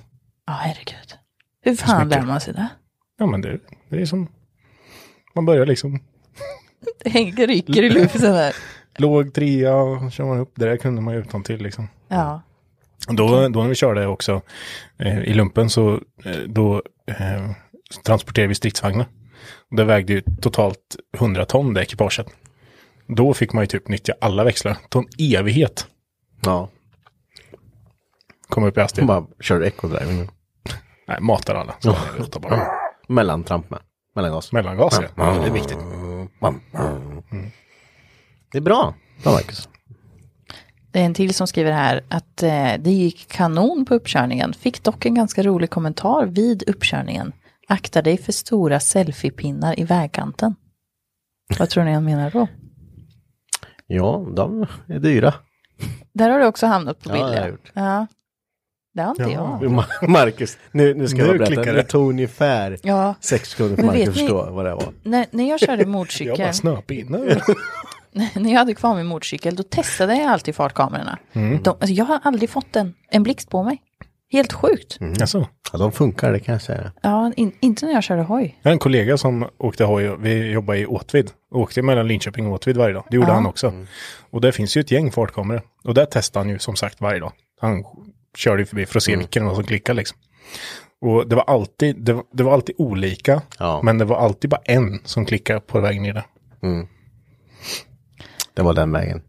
Speaker 3: herregud. Hur fan
Speaker 4: mycket.
Speaker 3: lär man sig det?
Speaker 4: Ja, men det, det är som... Man börjar liksom
Speaker 3: Henke rycker i luften där.
Speaker 4: låg trea och kör man upp. Det där kunde man ju utan till liksom.
Speaker 3: Ja.
Speaker 4: Då, då när vi körde också eh, i lumpen så eh, då eh, transporterade vi stridsvagnar. Och Det vägde ju totalt 100 ton det ekipaget. Då fick man ju typ nyttja alla växlar. Ta en evighet.
Speaker 2: ja.
Speaker 4: Komma upp i
Speaker 2: hon
Speaker 4: hastighet.
Speaker 2: bara körde eco-driving.
Speaker 4: Nej, matar alla. Så det är åtta bara.
Speaker 2: Mellantramp med. Mellangas.
Speaker 4: Mellangas ja. Det är viktigt.
Speaker 2: Mm. Det är bra. Bra Marcus.
Speaker 3: Det är en till som skriver här att eh, det gick kanon på uppkörningen. Fick dock en ganska rolig kommentar vid uppkörningen. Akta dig för stora selfiepinnar i vägkanten. Vad tror ni han menar då?
Speaker 2: Ja, de är dyra.
Speaker 3: Där har du också hamnat på
Speaker 2: Ja, det har
Speaker 3: bilder.
Speaker 2: jag gjort.
Speaker 3: Ja. Det har inte
Speaker 4: Ja.
Speaker 3: jag.
Speaker 2: Ma- Marcus, nu, nu ska
Speaker 4: Nu
Speaker 2: jag berätta.
Speaker 4: klickar
Speaker 2: Det
Speaker 4: det.
Speaker 2: tog ungefär
Speaker 3: Ja.
Speaker 2: sex sekunder för
Speaker 3: Men
Speaker 2: Marcus att
Speaker 3: vet ni-
Speaker 2: förstå vad det var.
Speaker 3: När, när jag körde
Speaker 4: Jag
Speaker 3: motorcykel,
Speaker 4: bara snöpinnar.
Speaker 3: när jag hade kvar min motorcykel, då testade jag alltid fartkamerorna. De, alltså, jag har aldrig fått en, en blixt på mig. Helt sjukt.
Speaker 4: Alltså,
Speaker 2: Ja, de funkar, det kan jag säga.
Speaker 3: Ja, in, inte när jag körde hoj.
Speaker 4: jag har en kollega som åkte hoj. Vi jobbade i Åtvid. Och åkte mellan Linköping och Åtvid varje dag. Det gjorde han också. Och där finns ju ett gäng fartkameror. Och där testar han ju som sagt varje dag. Han körde ju förbi för att se vilken det var som klickade liksom. Och det var alltid, det var, det var alltid olika.
Speaker 2: Ja.
Speaker 4: Men det var alltid bara en som klickade på vägen ner där.
Speaker 2: Det var den vägen.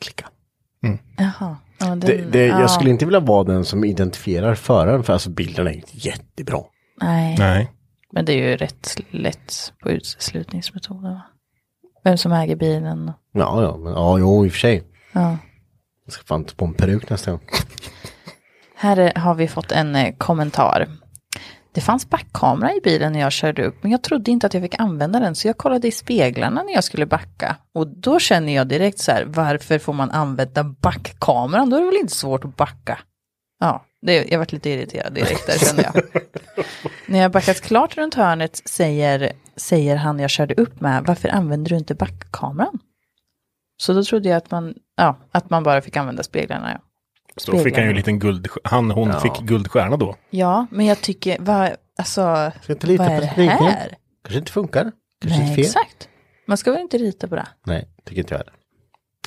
Speaker 2: Klicka.
Speaker 3: Jaha. Ja, den,
Speaker 2: Det, det,
Speaker 3: ja.
Speaker 2: jag skulle inte vilja vara den som identifierar föraren, för alltså bilden är inte jättebra.
Speaker 3: Nej.
Speaker 4: Nej.
Speaker 3: men det är ju rätt lätt på uteslutningsmetoden. Va? Vem som äger bilen. och-
Speaker 2: Ja, ja, men ja, jo, i och för sig.
Speaker 3: Ja.
Speaker 2: Jag ska fan ta på en peruk nästa gång.
Speaker 3: Här är, har vi fått en eh, kommentar. Det fanns backkamera i bilen när jag körde upp, men jag trodde inte att jag fick använda den, så jag kollade i speglarna när jag skulle backa. Och då känner jag direkt så här, varför får man använda backkameran? Då är det väl inte svårt att backa? Ja, det, jag varit lite irriterad direkt där kände jag. när jag backat klart runt hörnet säger, säger han jag körde upp med, varför använder du inte backkameran? Så då trodde jag att man, ja, att man bara fick använda speglarna. Ja.
Speaker 4: Så då fick han ju en liten guld, han hon fick guldstjärna då.
Speaker 3: Ja, men jag tycker, vad, alltså,
Speaker 2: Ska inte lita
Speaker 3: vad
Speaker 2: på
Speaker 3: är det
Speaker 2: tekniken.
Speaker 3: här?
Speaker 2: Kanske inte funkar. Kanske
Speaker 3: Nej,
Speaker 2: inte fel.
Speaker 3: exakt. Man ska väl inte rita på det?
Speaker 2: Nej, tycker inte jag heller.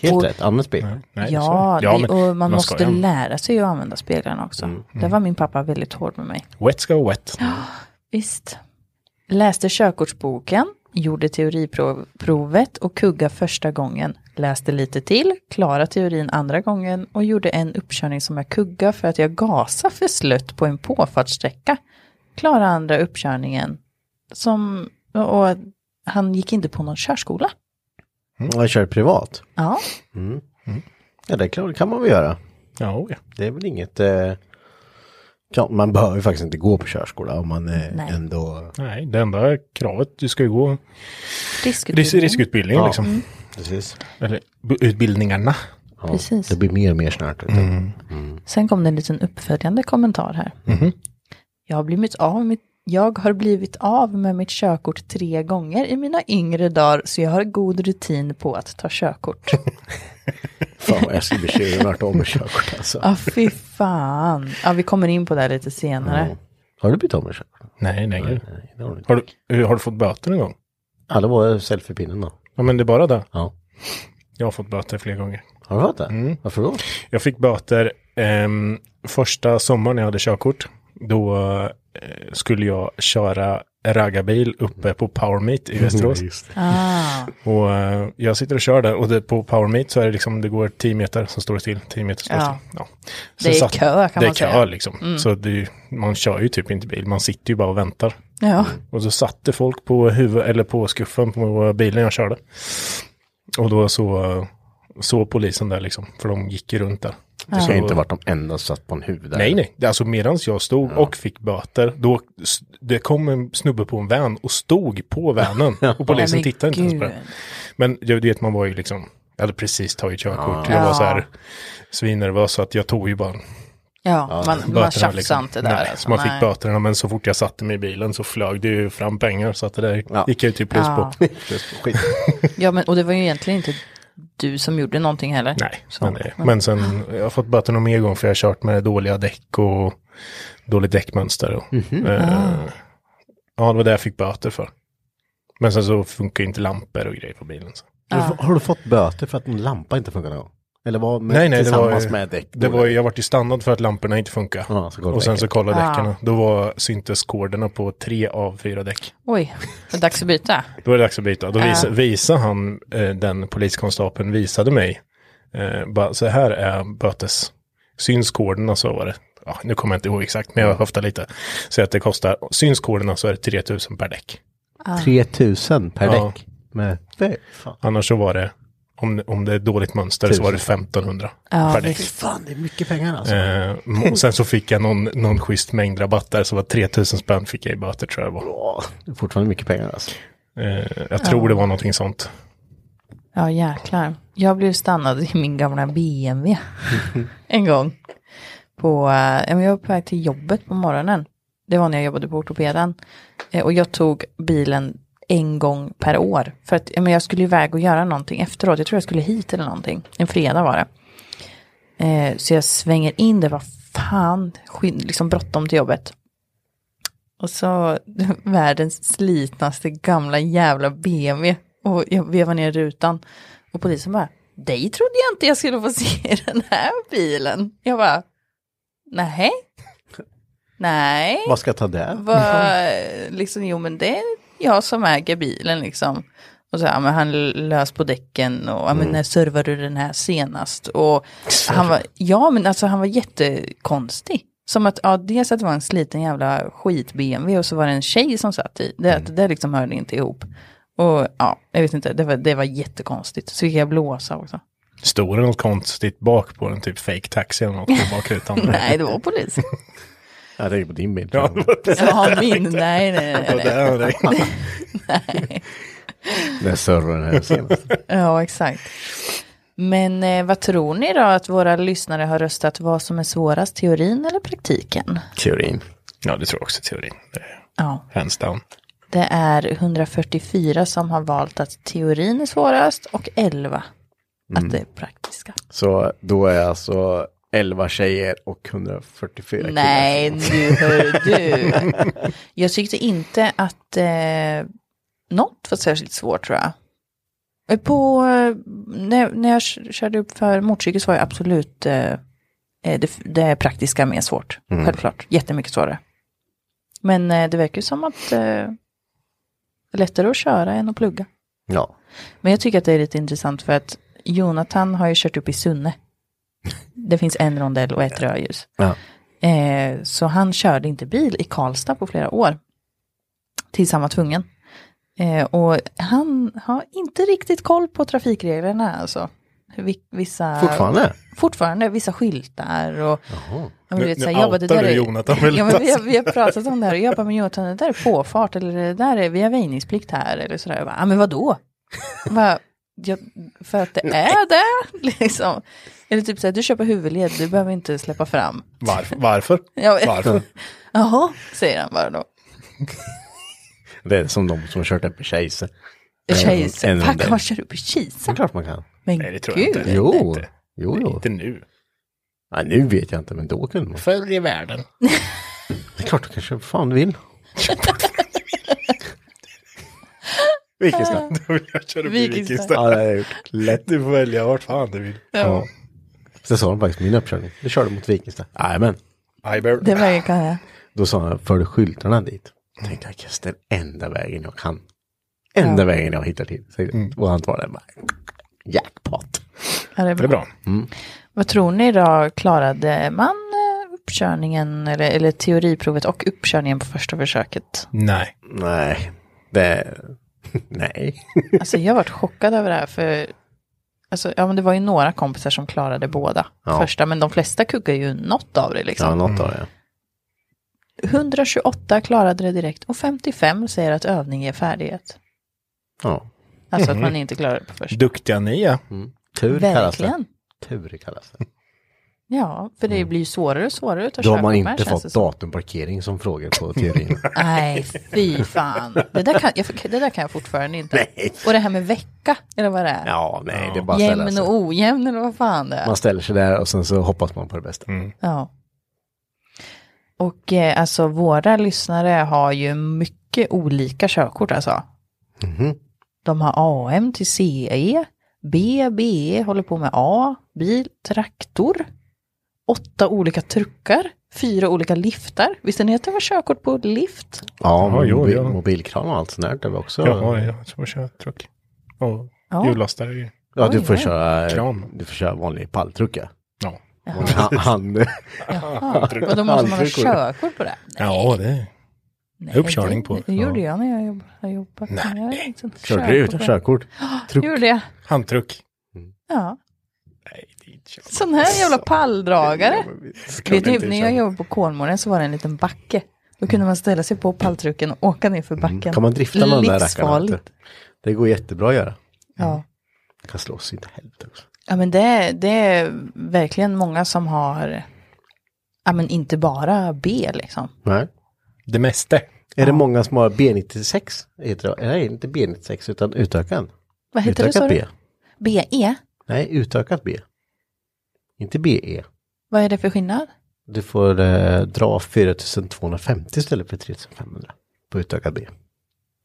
Speaker 2: Helt
Speaker 3: Och-
Speaker 2: rätt, använd spegel.
Speaker 4: Nej,
Speaker 3: ja,
Speaker 4: så- ja,
Speaker 3: det,
Speaker 4: men
Speaker 3: och man
Speaker 4: ska
Speaker 3: måste
Speaker 4: ju- Mm,
Speaker 3: lära sig att använda speglarna också. Där var min pappa väldigt hård med mig.
Speaker 4: Wet ska vara wet.
Speaker 3: Visst. Läste körkortsboken, gjorde teoriprovet och kugga första gången, läste lite till, klarade teorin andra gången och gjorde en uppkörning som jag kugga för att jag gasade för slött på en påfartssträcka. Klarade andra uppkörningen som, och han gick inte på någon körskola.
Speaker 2: Mm. Jag kör privat.
Speaker 3: Ja,
Speaker 2: Ja, det är klart, det kan man väl göra.
Speaker 4: Ja, ja.
Speaker 2: Det är väl inget... Eh, kan, man behöver ju faktiskt inte gå på körskola om man eh,
Speaker 3: Nej.
Speaker 2: ändå...
Speaker 4: Nej, det enda kravet, du ska ju gå ris-
Speaker 3: riskutbildning.
Speaker 4: riskutbildningen liksom.
Speaker 3: Mm.
Speaker 2: Precis.
Speaker 4: Eller bu- utbildningarna.
Speaker 2: Ja,
Speaker 3: Precis.
Speaker 2: Det blir mer och mer snart. vet du.
Speaker 3: Sen kom det en liten uppföljande kommentar här.
Speaker 4: Mhm.
Speaker 3: Jag, har blivit av med, jag har blivit av med mitt körkort tre gånger i mina yngre dagar, så jag har god rutin på att ta körkort.
Speaker 2: Fan vad jag skulle bli tjurig vart om med körkort alltså.
Speaker 3: Ja, Ah, fy fan. Ja, vi kommer in på det här lite senare.
Speaker 2: Har du blivit av med körkort?
Speaker 4: Nej, nej. gud.
Speaker 2: Nej, det har du inte.
Speaker 4: Har du, hur- har du fått böter en gång?
Speaker 2: Ja, det var selfiepinnen då.
Speaker 4: Ja, men det är bara det.
Speaker 2: Ja.
Speaker 4: Jag har fått böter flera gånger.
Speaker 2: Har du fått det? Varför då?
Speaker 4: Jag fick böter ehm, första sommaren jag hade körkort. Då eh, skulle jag köra raggarbil uppe på Powermeet i Västerås.
Speaker 3: Ah,
Speaker 4: Och eh, jag sitter och kör där och det, på PowerMeet så är det liksom, det går 10 meter, sen står det still, 10 meter, står det
Speaker 3: Ja.
Speaker 4: still. Ja.
Speaker 3: Det är
Speaker 4: Sen
Speaker 3: kö, kan
Speaker 4: det
Speaker 3: man
Speaker 4: Det är kö
Speaker 3: säga. Mm.
Speaker 4: liksom. Så det, är ju- man kör ju typ inte bil, man sitter ju bara och väntar.
Speaker 3: ja.
Speaker 4: Och så satt det folk på huvud, eller på skuffen på bilen jag körde. Och då så eh, såg polisen där liksom, för de gick ju runt där.
Speaker 2: Det ska inte varit de enda som satt på en huvud där.
Speaker 4: Nej, nej. Det är Alltså medan jag stod och fick böter, då s- det kom en snubbe på en van och stod på vanen. Och polisen
Speaker 3: men
Speaker 4: tittade inte ens på
Speaker 3: gud.
Speaker 4: det. Men jag vet, man var ju liksom, jag hade precis tagit körkort. Jag var
Speaker 3: Ja.
Speaker 4: så här svinnervös så att jag tog ju bara
Speaker 3: ja, man, man
Speaker 4: böterna. liksom.
Speaker 3: tjafsar inte där.
Speaker 4: nej,
Speaker 3: alltså.
Speaker 4: så man
Speaker 3: Nej.
Speaker 4: fick böterna, men så fort jag satte mig i bilen så flög det ju fram pengar. Så att det där
Speaker 2: Ja.
Speaker 4: gick jag ju till plus
Speaker 3: Ja.
Speaker 4: på.
Speaker 2: Skit.
Speaker 3: Ja, men, och det var ju egentligen inte du som gjorde någonting heller.
Speaker 4: Nej,
Speaker 3: Så.
Speaker 4: men, det, men sen jag har fått böter någon mer gång för jag har kört med dåliga däck och dåligt däckmönster. Och,
Speaker 2: Mhm. Ah.
Speaker 4: eh, Ja, det var det jag fick böter för. Men sen så funkar ju inte lampor och grejer på bilen. Så.
Speaker 2: Har du- Har du fått böter för att en lampa inte funkar någon gång? Eller vad? Med,
Speaker 4: Nej, nej, det var,
Speaker 2: tillsammans
Speaker 4: ju-
Speaker 2: med däck?
Speaker 4: det var, ju- jag vart ju stannad för att lamporna inte funkar.
Speaker 2: Ja, så går det
Speaker 4: och sen
Speaker 2: däcket.
Speaker 4: så kollade däcken. Då var syntes koderna på tre av fyra däck.
Speaker 3: Oj, det är dags att byta.
Speaker 4: Då är det dags att byta. Då visade, visade han, eh, den poliskonstapeln visade mig, eh, bara, så här är bötes, synskoderna så var det. Ja, nu kommer jag inte ihåg exakt, men jag höftar lite. Så att det kostar, synskoderna så är det 3000 per däck.
Speaker 2: 3000 per
Speaker 4: Ja.
Speaker 2: däck. Med, Fy fan.
Speaker 4: Annars så var det, om, om det är ett dåligt mönster så var det 1500 per däck.
Speaker 2: fan, det är mycket pengar alltså.
Speaker 4: Eh, och sen så fick jag någon, någon schysst mängd rabatt där, så var 3000 spänn fick jag i böter tror jag det var.
Speaker 2: Åh, det är fortfarande mycket pengar alltså.
Speaker 4: Eh, jag tror det var någonting sånt.
Speaker 3: Ja, jäklar. Jag blev stannad i min gamla BMW en gång. På, eh, ja, men jag var på väg till jobbet på morgonen. Det var när jag jobbade på ortopeden. Eh, Och jag tog bilen en gång per år. För att ja, men jag skulle iväg och göra någonting efteråt. Jag tror jag skulle hit eller någonting. En fredag var det. Eh, Så jag svänger in, det var fan skynd, liksom bråttom till jobbet. Och så världens slitnaste gamla jävla BMW. Och jag vevar ner rutan. Och polisen bara, dig trodde jag inte jag skulle få se i den här bilen. Jag bara, nej. Nej.
Speaker 2: Vad ska jag ta där?
Speaker 3: Vad, liksom, jo men det är jag som äger bilen liksom. Och så, ja, men han lös på däcken och ja, men, när servade du den här senast? Och han var, ja men alltså han var jättekonstig. Som att, ja dels att det var en sliten jävla skit-BMW och så var det en tjej som satt i. Det, det där liksom hörde inte ihop. Och ja, jag vet inte, det var, det var jättekonstigt. Så fick jag blåsa också.
Speaker 4: Stod det något konstigt bak på den, typ fake taxi eller något på bakrutan?
Speaker 3: Nej, det var polis.
Speaker 2: Ja, det är på din bild.
Speaker 3: Ja, min, nej, nej, nej. nej.
Speaker 2: När servern är senast.
Speaker 3: Ja, exakt. Men eh, vad tror ni då att våra lyssnare har röstat vad som är svårast, teorin eller praktiken?
Speaker 2: Teorin.
Speaker 4: Ja, det tror jag också teorin. Det är
Speaker 3: Ja,
Speaker 4: Hands down.
Speaker 3: det är 144 som har valt att teorin är svårast och 11 att det är praktiska.
Speaker 2: Så då är alltså 11 tjejer och 144 killar.
Speaker 3: Nej, nu hör du. Jag tyckte inte att eh, något var särskilt svårt tror jag. Eh, På, eh, när, när jag kö- körde upp för motorcykel så var jag absolut eh, eh, det, det praktiska mer svårt. Självklart, jättemycket svårare. Men eh, det verkar ju som att eh, Lättare att köra än att plugga.
Speaker 2: Ja.
Speaker 3: Men jag tycker att det är lite intressant för att Jonathan har ju kört upp i Sunne. Det finns en rondell och ett rödljus.
Speaker 2: Ja.
Speaker 3: Eh, så han körde inte bil i Karlstad på flera år. Tills han var tvungen. Eh, och han har inte riktigt koll på trafikreglerna alltså. Vi- Vissa,
Speaker 2: Fortfarande?
Speaker 3: Fortfarande, vissa skyltar och... Ja, men du
Speaker 4: Nu-
Speaker 3: vet,
Speaker 4: nu
Speaker 3: så här, jag bara, det
Speaker 4: outar
Speaker 3: där
Speaker 4: du
Speaker 3: är-
Speaker 4: Jonathan väldigt
Speaker 3: ja, men vi, har,
Speaker 4: alltså.
Speaker 3: vi har pratat om det här och jag bara, men Jonathan, det där är påfart eller det där är, vi har väjningsplikt här eller sådär. Jag bara, Ja, men vadå? Jag bara, ja, för att det är det, liksom. Eller typ så här, du köper huvudled, du behöver inte släppa fram.
Speaker 4: Varför? Varför?
Speaker 3: Ja, men-
Speaker 4: Varför?
Speaker 3: Jaha, säger han bara då.
Speaker 2: Det är som de som har kört upp i Kejse.
Speaker 3: Kisa,
Speaker 2: en
Speaker 3: fan
Speaker 2: rondell.
Speaker 3: kan man köra upp i
Speaker 2: Det
Speaker 3: Kisa?
Speaker 2: är klart man kan.
Speaker 3: Men
Speaker 4: Nej, det tror jag
Speaker 3: gud.
Speaker 4: inte.
Speaker 2: Jo,
Speaker 4: inte.
Speaker 2: jo, jo.
Speaker 4: Inte nu.
Speaker 2: Nej, nu vet jag inte, men då kunde man.
Speaker 4: Förr i världen.
Speaker 2: Det är klart du kan köpa vad fan du vill. Vikingstad.
Speaker 4: Då vill jag köra upp i
Speaker 3: Vikingstad.
Speaker 4: Vikingstad.
Speaker 2: Ja, det har jag gjort. Lätt.
Speaker 4: Du får välja vart fan du vill.
Speaker 3: Ja,
Speaker 2: Sen sa de faktiskt min uppkörning. Du körde mot Vikingstad. Jajamän.
Speaker 4: Iber.
Speaker 3: det vägen kan jag.
Speaker 2: Då sa jag, följ skyltarna dit. Jag tänkte, jag kastar den enda vägen jag kan. Enda vägen jag hittar till. Så, Och han tar den bara, jackpot.
Speaker 3: Ja, det är
Speaker 4: Det är
Speaker 3: bra.
Speaker 4: bra.
Speaker 3: Vad tror ni då, klarade man eh, uppkörningen eller, eller teoriprovet och uppkörningen på första försöket?
Speaker 4: Nej.
Speaker 2: Nej, det, nej.
Speaker 3: Alltså jag har varit chockad över det här för alltså, ja, men det var ju några kompisar som klarade båda
Speaker 2: Ja.
Speaker 3: första men de flesta kuggade ju något av det
Speaker 2: Ja,
Speaker 3: liksom.
Speaker 2: något av det.
Speaker 3: 128 klarade det direkt och 55 säger att övning är färdighet.
Speaker 2: Ja.
Speaker 3: Alltså att man inte klarar det på första.
Speaker 4: Duktiga ni är.
Speaker 2: Mm. Tur kallas det.
Speaker 3: Verkligen.
Speaker 2: Tur kallas det.
Speaker 3: Ja, för det blir ju svårare och svårare att ta
Speaker 2: Mm. Då har
Speaker 3: körkort
Speaker 2: man
Speaker 3: med,
Speaker 2: inte
Speaker 3: känns det
Speaker 2: fått
Speaker 3: som.
Speaker 2: datumparkering som frågor på teorin.
Speaker 3: Nej, fy fan. Det där kan jag, det där kan jag fortfarande inte.
Speaker 2: Nej.
Speaker 3: Och det här med vecka, eller vad det är.
Speaker 2: ja, nej, det är bara att ställa
Speaker 3: Jämn
Speaker 2: sig.
Speaker 3: och ojämn eller vad fan det är.
Speaker 2: Man ställer sig där och sen så hoppas man på det bästa.
Speaker 3: Ja. Och eh, alltså våra lyssnare har ju mycket olika körkort alltså.
Speaker 2: Mhm.
Speaker 3: De har AM till CE, B, BE, håller på med A, bil, traktor, åtta olika truckar, fyra olika liftar. Visste ni att det var körkort på lift?
Speaker 2: Ja,
Speaker 4: Ja, jo,
Speaker 2: mobil,
Speaker 4: ja.
Speaker 2: mobilkran och allt sånt där det var också.
Speaker 4: Ja, jag tror jag kör truck. Och
Speaker 3: Ja.
Speaker 4: hjullastare. ju.
Speaker 2: Ja, du
Speaker 3: Oj,
Speaker 2: får
Speaker 3: oj.
Speaker 2: köra,
Speaker 4: Kram.
Speaker 2: du får köra vanlig palltruck ja.
Speaker 4: Ja.
Speaker 2: Han, han,
Speaker 3: Jaha, och då måste man ha
Speaker 2: Aldrig.
Speaker 3: körkort på det.
Speaker 4: Ja, det är...
Speaker 3: Nej,
Speaker 4: Uppkörning på.
Speaker 3: det, det gjorde jag när jag jobb- har jobbat.
Speaker 4: Nej.
Speaker 3: Jag har inte något
Speaker 2: körde du utan
Speaker 3: på det.
Speaker 2: körkort? Truck.
Speaker 3: Gjorde jag?
Speaker 4: Handtruck.
Speaker 3: Ja.
Speaker 4: Nej, det är inte så.
Speaker 3: Sån här jävla palldragare.
Speaker 2: Skulle
Speaker 3: Vet ni,
Speaker 2: inte
Speaker 3: när jag
Speaker 2: köra.
Speaker 3: jobbade på Kolmården så var det en liten backe. Då
Speaker 2: Mm.
Speaker 3: kunde man ställa sig på palltrucken och åka ner för backen.
Speaker 2: Kan man drifta med de där rackarna? vet
Speaker 3: Livsfarligt.
Speaker 2: du? Det går jättebra att göra.
Speaker 3: Ja.
Speaker 2: Kan slåss inte helvete också.
Speaker 3: ja, men det, är- det är verkligen många som har, ja men inte bara B liksom.
Speaker 2: Nej.
Speaker 4: Det mesta.
Speaker 2: Är det många som har B96? Heter det? Nej, inte B96 utan utökad.
Speaker 3: Vad heter det? sa
Speaker 2: Utökat
Speaker 3: du? E.
Speaker 2: B.
Speaker 3: BE?
Speaker 2: Nej, utökat B. Inte BE.
Speaker 3: Vad är det för skillnad?
Speaker 2: Du får eh, dra 4250 istället för 3500 på utökat B.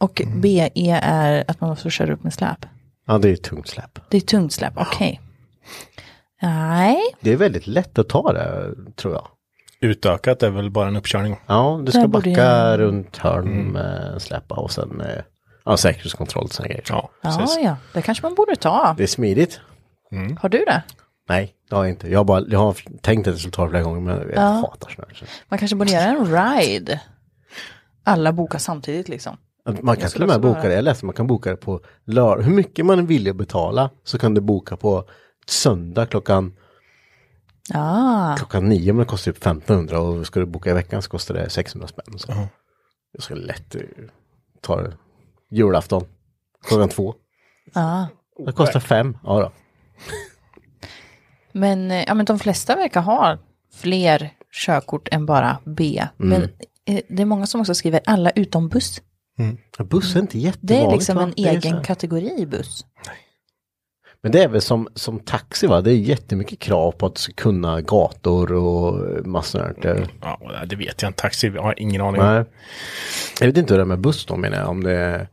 Speaker 3: Och
Speaker 2: Mm.
Speaker 3: BE är att man också kör upp med släp.
Speaker 2: Ja, det är ju tungt släp.
Speaker 3: Det är tungt släp, okej. Nej,
Speaker 2: Det är väldigt lätt att ta det, tror jag.
Speaker 4: Utökat är väl bara en uppkörning.
Speaker 2: Ja, du ska
Speaker 3: Där borde
Speaker 2: backa
Speaker 3: jag-
Speaker 2: runt hörn med släpa och sen eh, ja, säkerhetskontroll och såna grejer.
Speaker 4: Ja,
Speaker 3: ja, ja, det kanske man borde ta.
Speaker 2: Det är smidigt.
Speaker 3: Har du det?
Speaker 2: Nej, det har jag inte. Jag har, bara, jag har tänkt att det skulle ta flera gånger, men jag hatar såna här. saker.
Speaker 3: Man kanske borde göra en ride. Alla bokar samtidigt liksom.
Speaker 2: Att Man kan till och med
Speaker 3: också
Speaker 2: boka
Speaker 3: göra.
Speaker 2: det, jag läste att man kan boka det på lördag. Hur mycket man vill att betala så kan du boka på söndag klockan,
Speaker 3: Ja,
Speaker 2: klockan nio, men det kostar typ 1500 och ska du boka i veckan så kostar det 600 spänn. Så. Jag ska lätt eh, ta det julafton, klockan två.
Speaker 3: ja.
Speaker 2: Det kostar fem, ja då.
Speaker 3: Men, eh, ja, men de flesta verkar ha fler körkort än bara B.
Speaker 2: Mm.
Speaker 3: Men eh, det är många som också skriver alla utom buss.
Speaker 2: Buss är inte jättevanligt.
Speaker 3: Det är liksom
Speaker 2: va?
Speaker 3: en
Speaker 2: Det är så
Speaker 3: egen
Speaker 2: här.
Speaker 3: kategori buss.
Speaker 2: Men det är väl som, som taxi va? Det är jättemycket krav på att du ska kunna gator och massor av sånt där.
Speaker 4: Ja, det vet jag inte. Taxi, jag har ingen aning.
Speaker 2: Nej. Jag vet inte hur det är med buss då menar jag. Om det är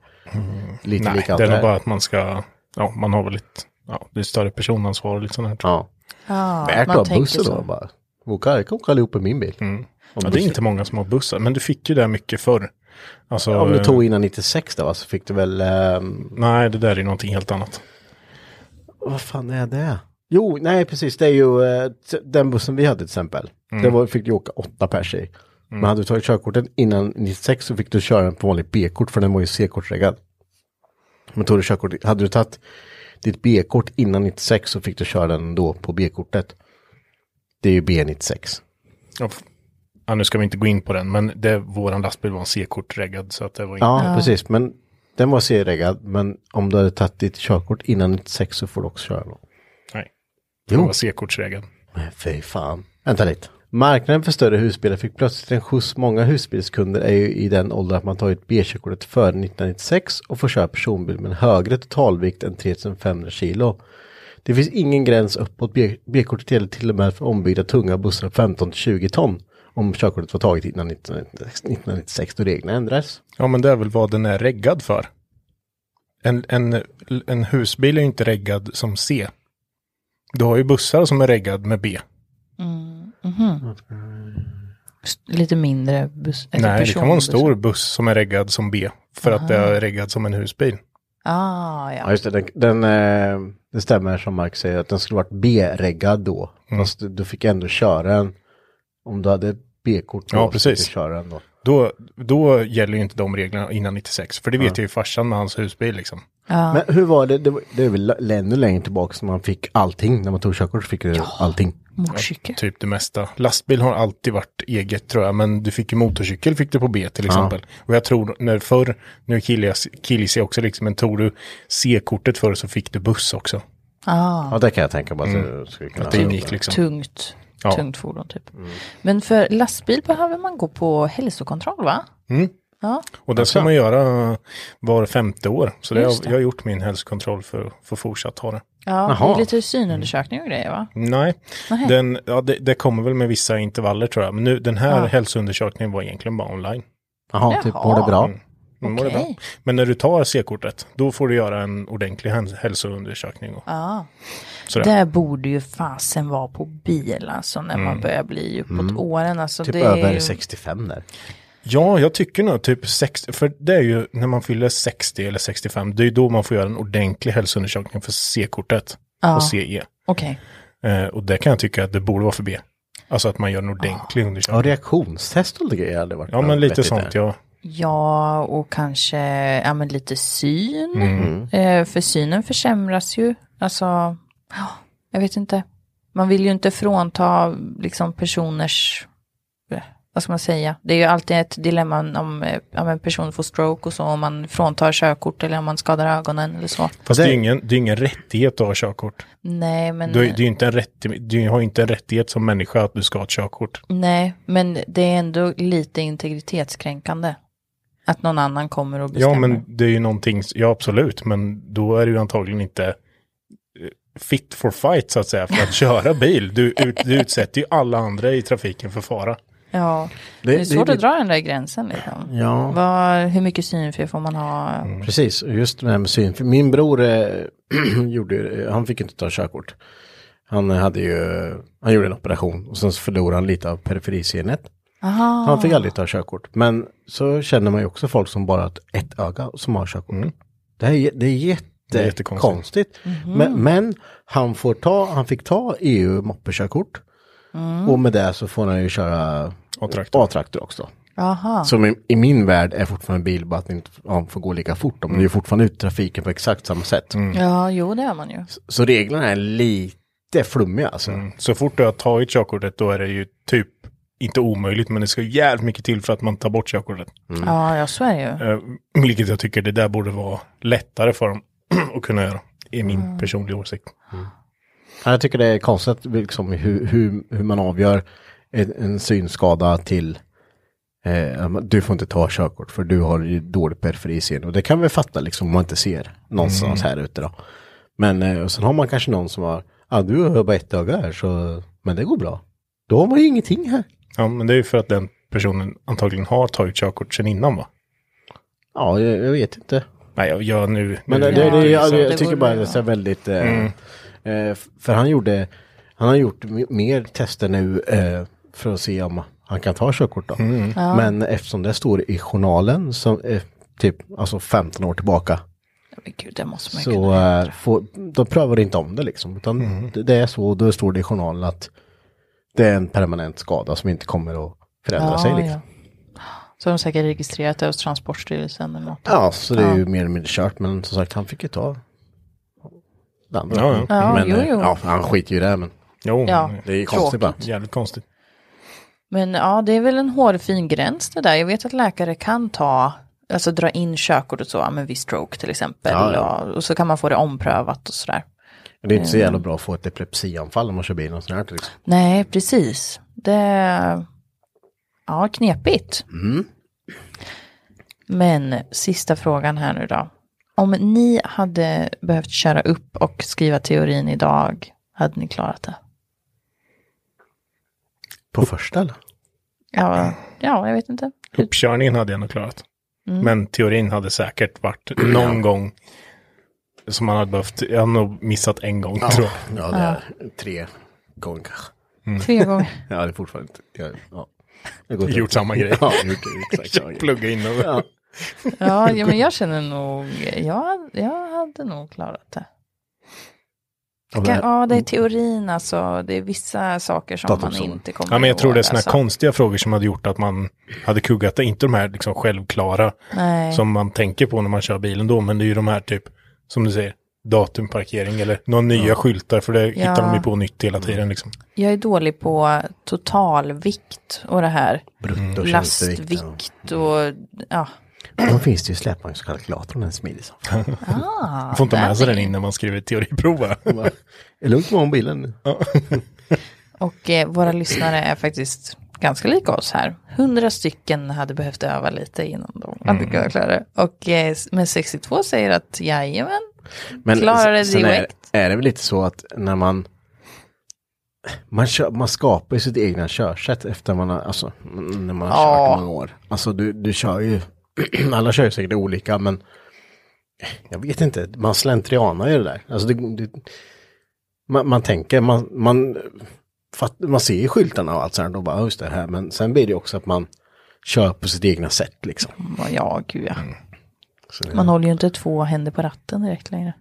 Speaker 2: lite
Speaker 4: Nej,
Speaker 2: likadant.
Speaker 4: det är nog
Speaker 2: där.
Speaker 4: bara att man ska, ja, man har väl ett, ja, det är större personansvar och lite sånt här.
Speaker 2: Ja.
Speaker 3: Ja,
Speaker 2: Värt
Speaker 3: man
Speaker 2: att ha
Speaker 3: tänker
Speaker 2: bussen
Speaker 3: så.
Speaker 2: då bara. Åka, jag kan åka allihop i min bil.
Speaker 4: Mm. Ja, det är inte många som har bussar, men du fick ju det mycket förr. Alltså,
Speaker 2: Om du
Speaker 4: eh,
Speaker 2: tog innan 96 då va, så fick du väl... ehm,
Speaker 4: Nej, det där är någonting helt annat.
Speaker 2: vad fan är det? Jo, nej precis, det är ju eh, t- den bussen vi hade till exempel. Det var, fick du åka åtta pers i. Men hade du tagit körkortet innan 96 så fick du köra den på vanligt B-kort för den var ju C-kortsreggad. Men tog du körkort, hade du tagit ditt B-kort innan 96 så fick du köra den då på B-kortet. Det är ju B96.
Speaker 4: Ja, f- Ja, nu ska vi inte gå in på den, men det, våran lastbil var en C-kortreggad så att det var inte...
Speaker 2: Ja, precis. Men den var C-reggad, men om du hade tagit ditt körkort innan 96 så får du också köra den.
Speaker 4: Nej, den
Speaker 2: Jo.
Speaker 4: var C-kortsreggad.
Speaker 2: Men fy fan. Vänta lite. Marknaden för större husbilar fick plötsligt en skjuts. Många husbilskunder är ju i den ålder att man tagit B-körkortet före 1996 och får köra personbil med en högre totalvikt än 3500 kilo. Det finns ingen gräns uppåt. B- B-kortet gäller till och med för ombyggda tunga bussar 15-20 ton om körkortet var taget innan 1996 1996 då reglerna ändras.
Speaker 4: Ja, men det är väl vad den är reggad för. En, en, en husbil är ju inte reggad som C. Du har ju bussar som är reggad med B.
Speaker 3: S- Lite mindre buss. eller
Speaker 4: Nej, det kan vara en
Speaker 3: personbuss.
Speaker 4: stor buss som är reggad som B. För att det är reggad som en husbil.
Speaker 3: Ah, ja.
Speaker 2: Ja, just det. Den, den, eh, det stämmer som Mark säger att den skulle varit B-reggad då.
Speaker 4: Mm.
Speaker 2: Fast du, du fick ändå köra den. Om du hade B-kort då
Speaker 4: Ja,
Speaker 2: så fick
Speaker 4: precis.
Speaker 2: du köra den då.
Speaker 4: Då, då gäller ju inte de reglerna innan 96. För det vet jag ju farsan med hans husbil liksom.
Speaker 2: Men hur var det? Det, var- det är väl l- ännu längre tillbaka som man fick allting. När man tog körkort så fick du allting.
Speaker 3: Motorcykel.
Speaker 4: Typ det mesta. Lastbil har alltid varit eget tror jag. Men du fick ju motorcykel fick du på B till exempel. Och jag tror när förr, nu killar jag också liksom. Men tog du C-kortet förr så fick du buss också.
Speaker 3: Ah.
Speaker 2: Ja, det kan jag tänka mig att
Speaker 4: Mm.
Speaker 2: du skulle kunna.
Speaker 4: Att det gick liksom.
Speaker 3: Tungt.
Speaker 4: Ja.
Speaker 3: Tungt fordon typ.
Speaker 2: Mm.
Speaker 3: Men för lastbil behöver man gå på hälsokontroll va?
Speaker 4: Och det ska man göra var femte år. Så det har,
Speaker 3: Just det.
Speaker 4: jag har gjort min hälsokontroll för att få fortsatt ha det.
Speaker 3: Ja, det
Speaker 2: Jaha.
Speaker 3: är lite synundersökning och grejer va?
Speaker 4: Nej,
Speaker 3: Nähä.
Speaker 4: den, ja, det, det kommer väl med vissa intervaller tror jag. Men nu, den här hälsoundersökningen var egentligen bara online.
Speaker 2: Jaha, typ
Speaker 3: Jaha.
Speaker 2: mår det bra?
Speaker 4: Mm. Den var det
Speaker 3: Okej.
Speaker 4: bra. Men när du tar C-kortet, då får du göra en ordentlig häl- hälsoundersökning. Och, sådär.
Speaker 3: Där borde ju fasen vara på bil alltså när man börjar bli uppåt åren. Alltså,
Speaker 2: Mm. Typ
Speaker 3: det är
Speaker 2: över
Speaker 3: ju...
Speaker 2: 65 där.
Speaker 4: Ja, jag tycker nog typ 60, för det är ju när man fyller 60 eller 65, det är ju då man får göra en ordentlig hälsoundersökning för C-kortet och CE.
Speaker 3: Okej.
Speaker 4: Eh, och det kan jag tycka att det borde vara för B. Alltså att man gör en
Speaker 3: Ah.
Speaker 4: ordentlig undersökning.
Speaker 2: Ja, reaktionstest och grejer hade varit
Speaker 4: Ja, men lite
Speaker 2: vettigt
Speaker 4: sånt,
Speaker 2: där.
Speaker 4: ja.
Speaker 3: Ja, och kanske ja, men lite syn. Eh, för synen försämras ju. Alltså, ja, jag vet inte. Man vill ju inte frånta liksom, personers, eh, vad ska man säga? Det är ju alltid ett dilemma om eh, ja, men person får stroke och så, om man fråntar körkort eller om man skadar ögonen eller så.
Speaker 4: Fast det är ju ingen, det är ingen rättighet att ha körkort.
Speaker 3: Nej, men...
Speaker 4: Du, det är ju inte en rätt, du har ju inte en rättighet som människa att du ska ha ett körkort.
Speaker 3: Nej, men det är ändå lite integritetskränkande. Att någon annan kommer och bestämmer.
Speaker 4: Ja, men det är ju någonting, ja absolut, men då är du ju antagligen inte eh, fit for fight så att säga för att köra bil. Du, ut, du utsätter ju alla andra i trafiken för fara.
Speaker 3: Ja. Det,
Speaker 2: Det- det
Speaker 3: är
Speaker 2: är
Speaker 3: svårt att
Speaker 2: lite-
Speaker 3: dra den där gränsen liksom.
Speaker 2: Ja.
Speaker 3: Vad, hur mycket synfel får man ha?
Speaker 2: Precis, och just det här med syn. För min bror eh, gjorde, ju- han fick inte ta körkort. Han eh, hade ju, han gjorde en operation och sen så förlorade han lite av periferisinnet.
Speaker 3: Aha.
Speaker 2: Han fick aldrig ta körkort. Men så känner man ju också folk som bara har ett- ett öga som har körkort. Det, här, är jä- det är
Speaker 4: är
Speaker 2: jättekonstigt.
Speaker 4: jättekonstigt.
Speaker 2: men, men han, får ta, han fick ta EU moppekörkort. Och med det så får han ju köra
Speaker 4: A-traktor.
Speaker 2: A-traktor också.
Speaker 3: Aha.
Speaker 2: Som i, i min värld är fortfarande bil, bara att den inte ja, får gå lika fort. Men det är ju fortfarande ut i trafiken på exakt samma sätt.
Speaker 3: Ja, jo det är man ju.
Speaker 2: Så reglerna är lite flummiga alltså.
Speaker 4: Så fort du har tagit körkortet då är det ju typ inte omöjligt, men det ska ju jävligt mycket till för att man tar bort körkortet.
Speaker 2: Mm.
Speaker 3: Ja, ja, så är det ju.
Speaker 4: Eh, vilket jag tycker det där borde vara lättare för dem att kunna göra, i min personliga åsikt.
Speaker 2: Ja, Jag tycker det är konstigt liksom, hur, hur, hur man avgör en, en synskada till eh, att man- du får inte ta körkort för du har ju dålig periferisyn. Och det kan vi fatta liksom om man inte ser någonstans här ute då. Men eh, och sen har man kanske någon som har, ah, du har bara ett öga här så, men det går bra. Då har man ju ingenting här.
Speaker 4: Ja, men det är ju för att den personen antagligen har tagit körkort sedan innan va?
Speaker 2: Ja, jag, jag vet inte.
Speaker 4: Nej, jag, jag nu...
Speaker 2: Men
Speaker 4: nu,
Speaker 2: det, det, det,
Speaker 3: Ja,
Speaker 2: jag,
Speaker 3: det
Speaker 2: jag
Speaker 3: går
Speaker 2: tycker bara
Speaker 3: bra.
Speaker 2: det är så här väldigt... Eh, eh, f- för han gjorde... Han har gjort m- mer tester nu eh, för att se om han kan ta körkort då. Men eftersom det står i journalen som är typ alltså 15 år tillbaka
Speaker 3: Men gud, det måste man ju
Speaker 2: så
Speaker 3: kunna.
Speaker 2: eh, får, de prövar inte om det liksom. Utan det, det är så, då står det i journalen att det är en permanent skada som inte kommer att förändra sig. Liksom.
Speaker 3: ja. Så har de säkert registrerat det hos Transportstyrelsen eller något.
Speaker 2: Ja, så det är ju mer eller mindre kört. Men som sagt, han fick ju ta den andra.
Speaker 4: Ja, ja.
Speaker 3: Ja,
Speaker 2: men,
Speaker 3: jo,
Speaker 2: eh,
Speaker 3: jo.
Speaker 2: ja, han skiter ju i det här, men
Speaker 4: Jo,
Speaker 3: Ja.
Speaker 2: det är ju konstigt bara.
Speaker 3: Tråkigt.
Speaker 4: jävligt konstigt.
Speaker 3: Men ja, det är väl en hårfin gräns det där. Jag vet att läkare kan ta, alltså dra in körkort och så, ja, men vid stroke till exempel.
Speaker 2: Ja, ja.
Speaker 3: Och, och så kan man få det omprövat och sådär.
Speaker 2: Det är inte så
Speaker 3: Mm.
Speaker 2: jävla bra att få ett epilepsianfall om man kör bil och sånt här. Liksom.
Speaker 3: Nej, precis. Det, ja, knepigt. Men sista frågan här nu då. Om ni hade behövt köra upp och skriva teorin idag, hade ni klarat det?
Speaker 2: På första eller?
Speaker 3: Ja, ja jag vet inte.
Speaker 4: Uppkörningen hade jag nog klarat.
Speaker 3: Mm.
Speaker 4: Men teorin hade säkert varit någon gång som man hade behövt. Jag hade nog missat en gång tror jag.
Speaker 2: Ja, det är tre gånger kanske.
Speaker 4: Mm.
Speaker 3: Tre gånger.
Speaker 2: Ja, det är fortfarande inte. Ja, ja. Det går inte.
Speaker 4: Gjort samma grej.
Speaker 2: Ja, gjort exakt samma grej.
Speaker 4: Plugga in och... Ja.
Speaker 3: Ja, ja, men jag känner nog, jag, jag hade nog klarat det.
Speaker 2: Ja, men-
Speaker 3: Kan, ja, det är teorin alltså. Det är vissa saker som man
Speaker 2: Datorsommar.
Speaker 3: inte kommer
Speaker 4: men jag tror det är sådana
Speaker 3: alltså.
Speaker 4: här konstiga frågor som hade gjort att man hade kuggat det. Inte de här liksom självklara
Speaker 3: Nej.
Speaker 4: som man tänker på när man kör bilen då. Men det är ju de här typ, som du säger, datumparkering eller några nya skyltar. För det hittar de ju på nytt hela tiden liksom.
Speaker 3: Jag är dålig på totalvikt och det här.
Speaker 2: Brutto tjänstevikt. ja.
Speaker 3: Lastvikt och ja.
Speaker 2: Då finns det ju släpvagnskalkylatorn, den smidig som fan.
Speaker 4: Man får inte ha med sig
Speaker 3: Ah,
Speaker 4: den innan man skriver teoriprov. va?
Speaker 2: Är det lugnt med mobilen?
Speaker 3: Och eh, våra lyssnare är faktiskt ganska lika oss här. Hundra stycken hade behövt öva lite innan de hade kunnat klara det. Och eh, s- men 62 säger att jajamän.
Speaker 2: Men
Speaker 3: Klarar det
Speaker 2: sen är,
Speaker 3: direkt.
Speaker 2: är det väl lite så att när man man, kör, man skapar ju sitt egna körsätt efter man har, alltså, mm, när man har
Speaker 3: Ja.
Speaker 2: kört många år. Alltså du, du kör ju, alla kör ju säkert olika men jag vet inte, man slentrianar ju det där. Alltså det, det, man, man tänker, man, man, fatt, man ser ju skyltarna och allt sånt och bara, "Ja, just det här, men sen blir det ju också att man kör på sitt egna sätt liksom.
Speaker 3: Ja, gud ja.
Speaker 2: Så det,
Speaker 3: Man håller ju inte två händer på ratten direkt längre.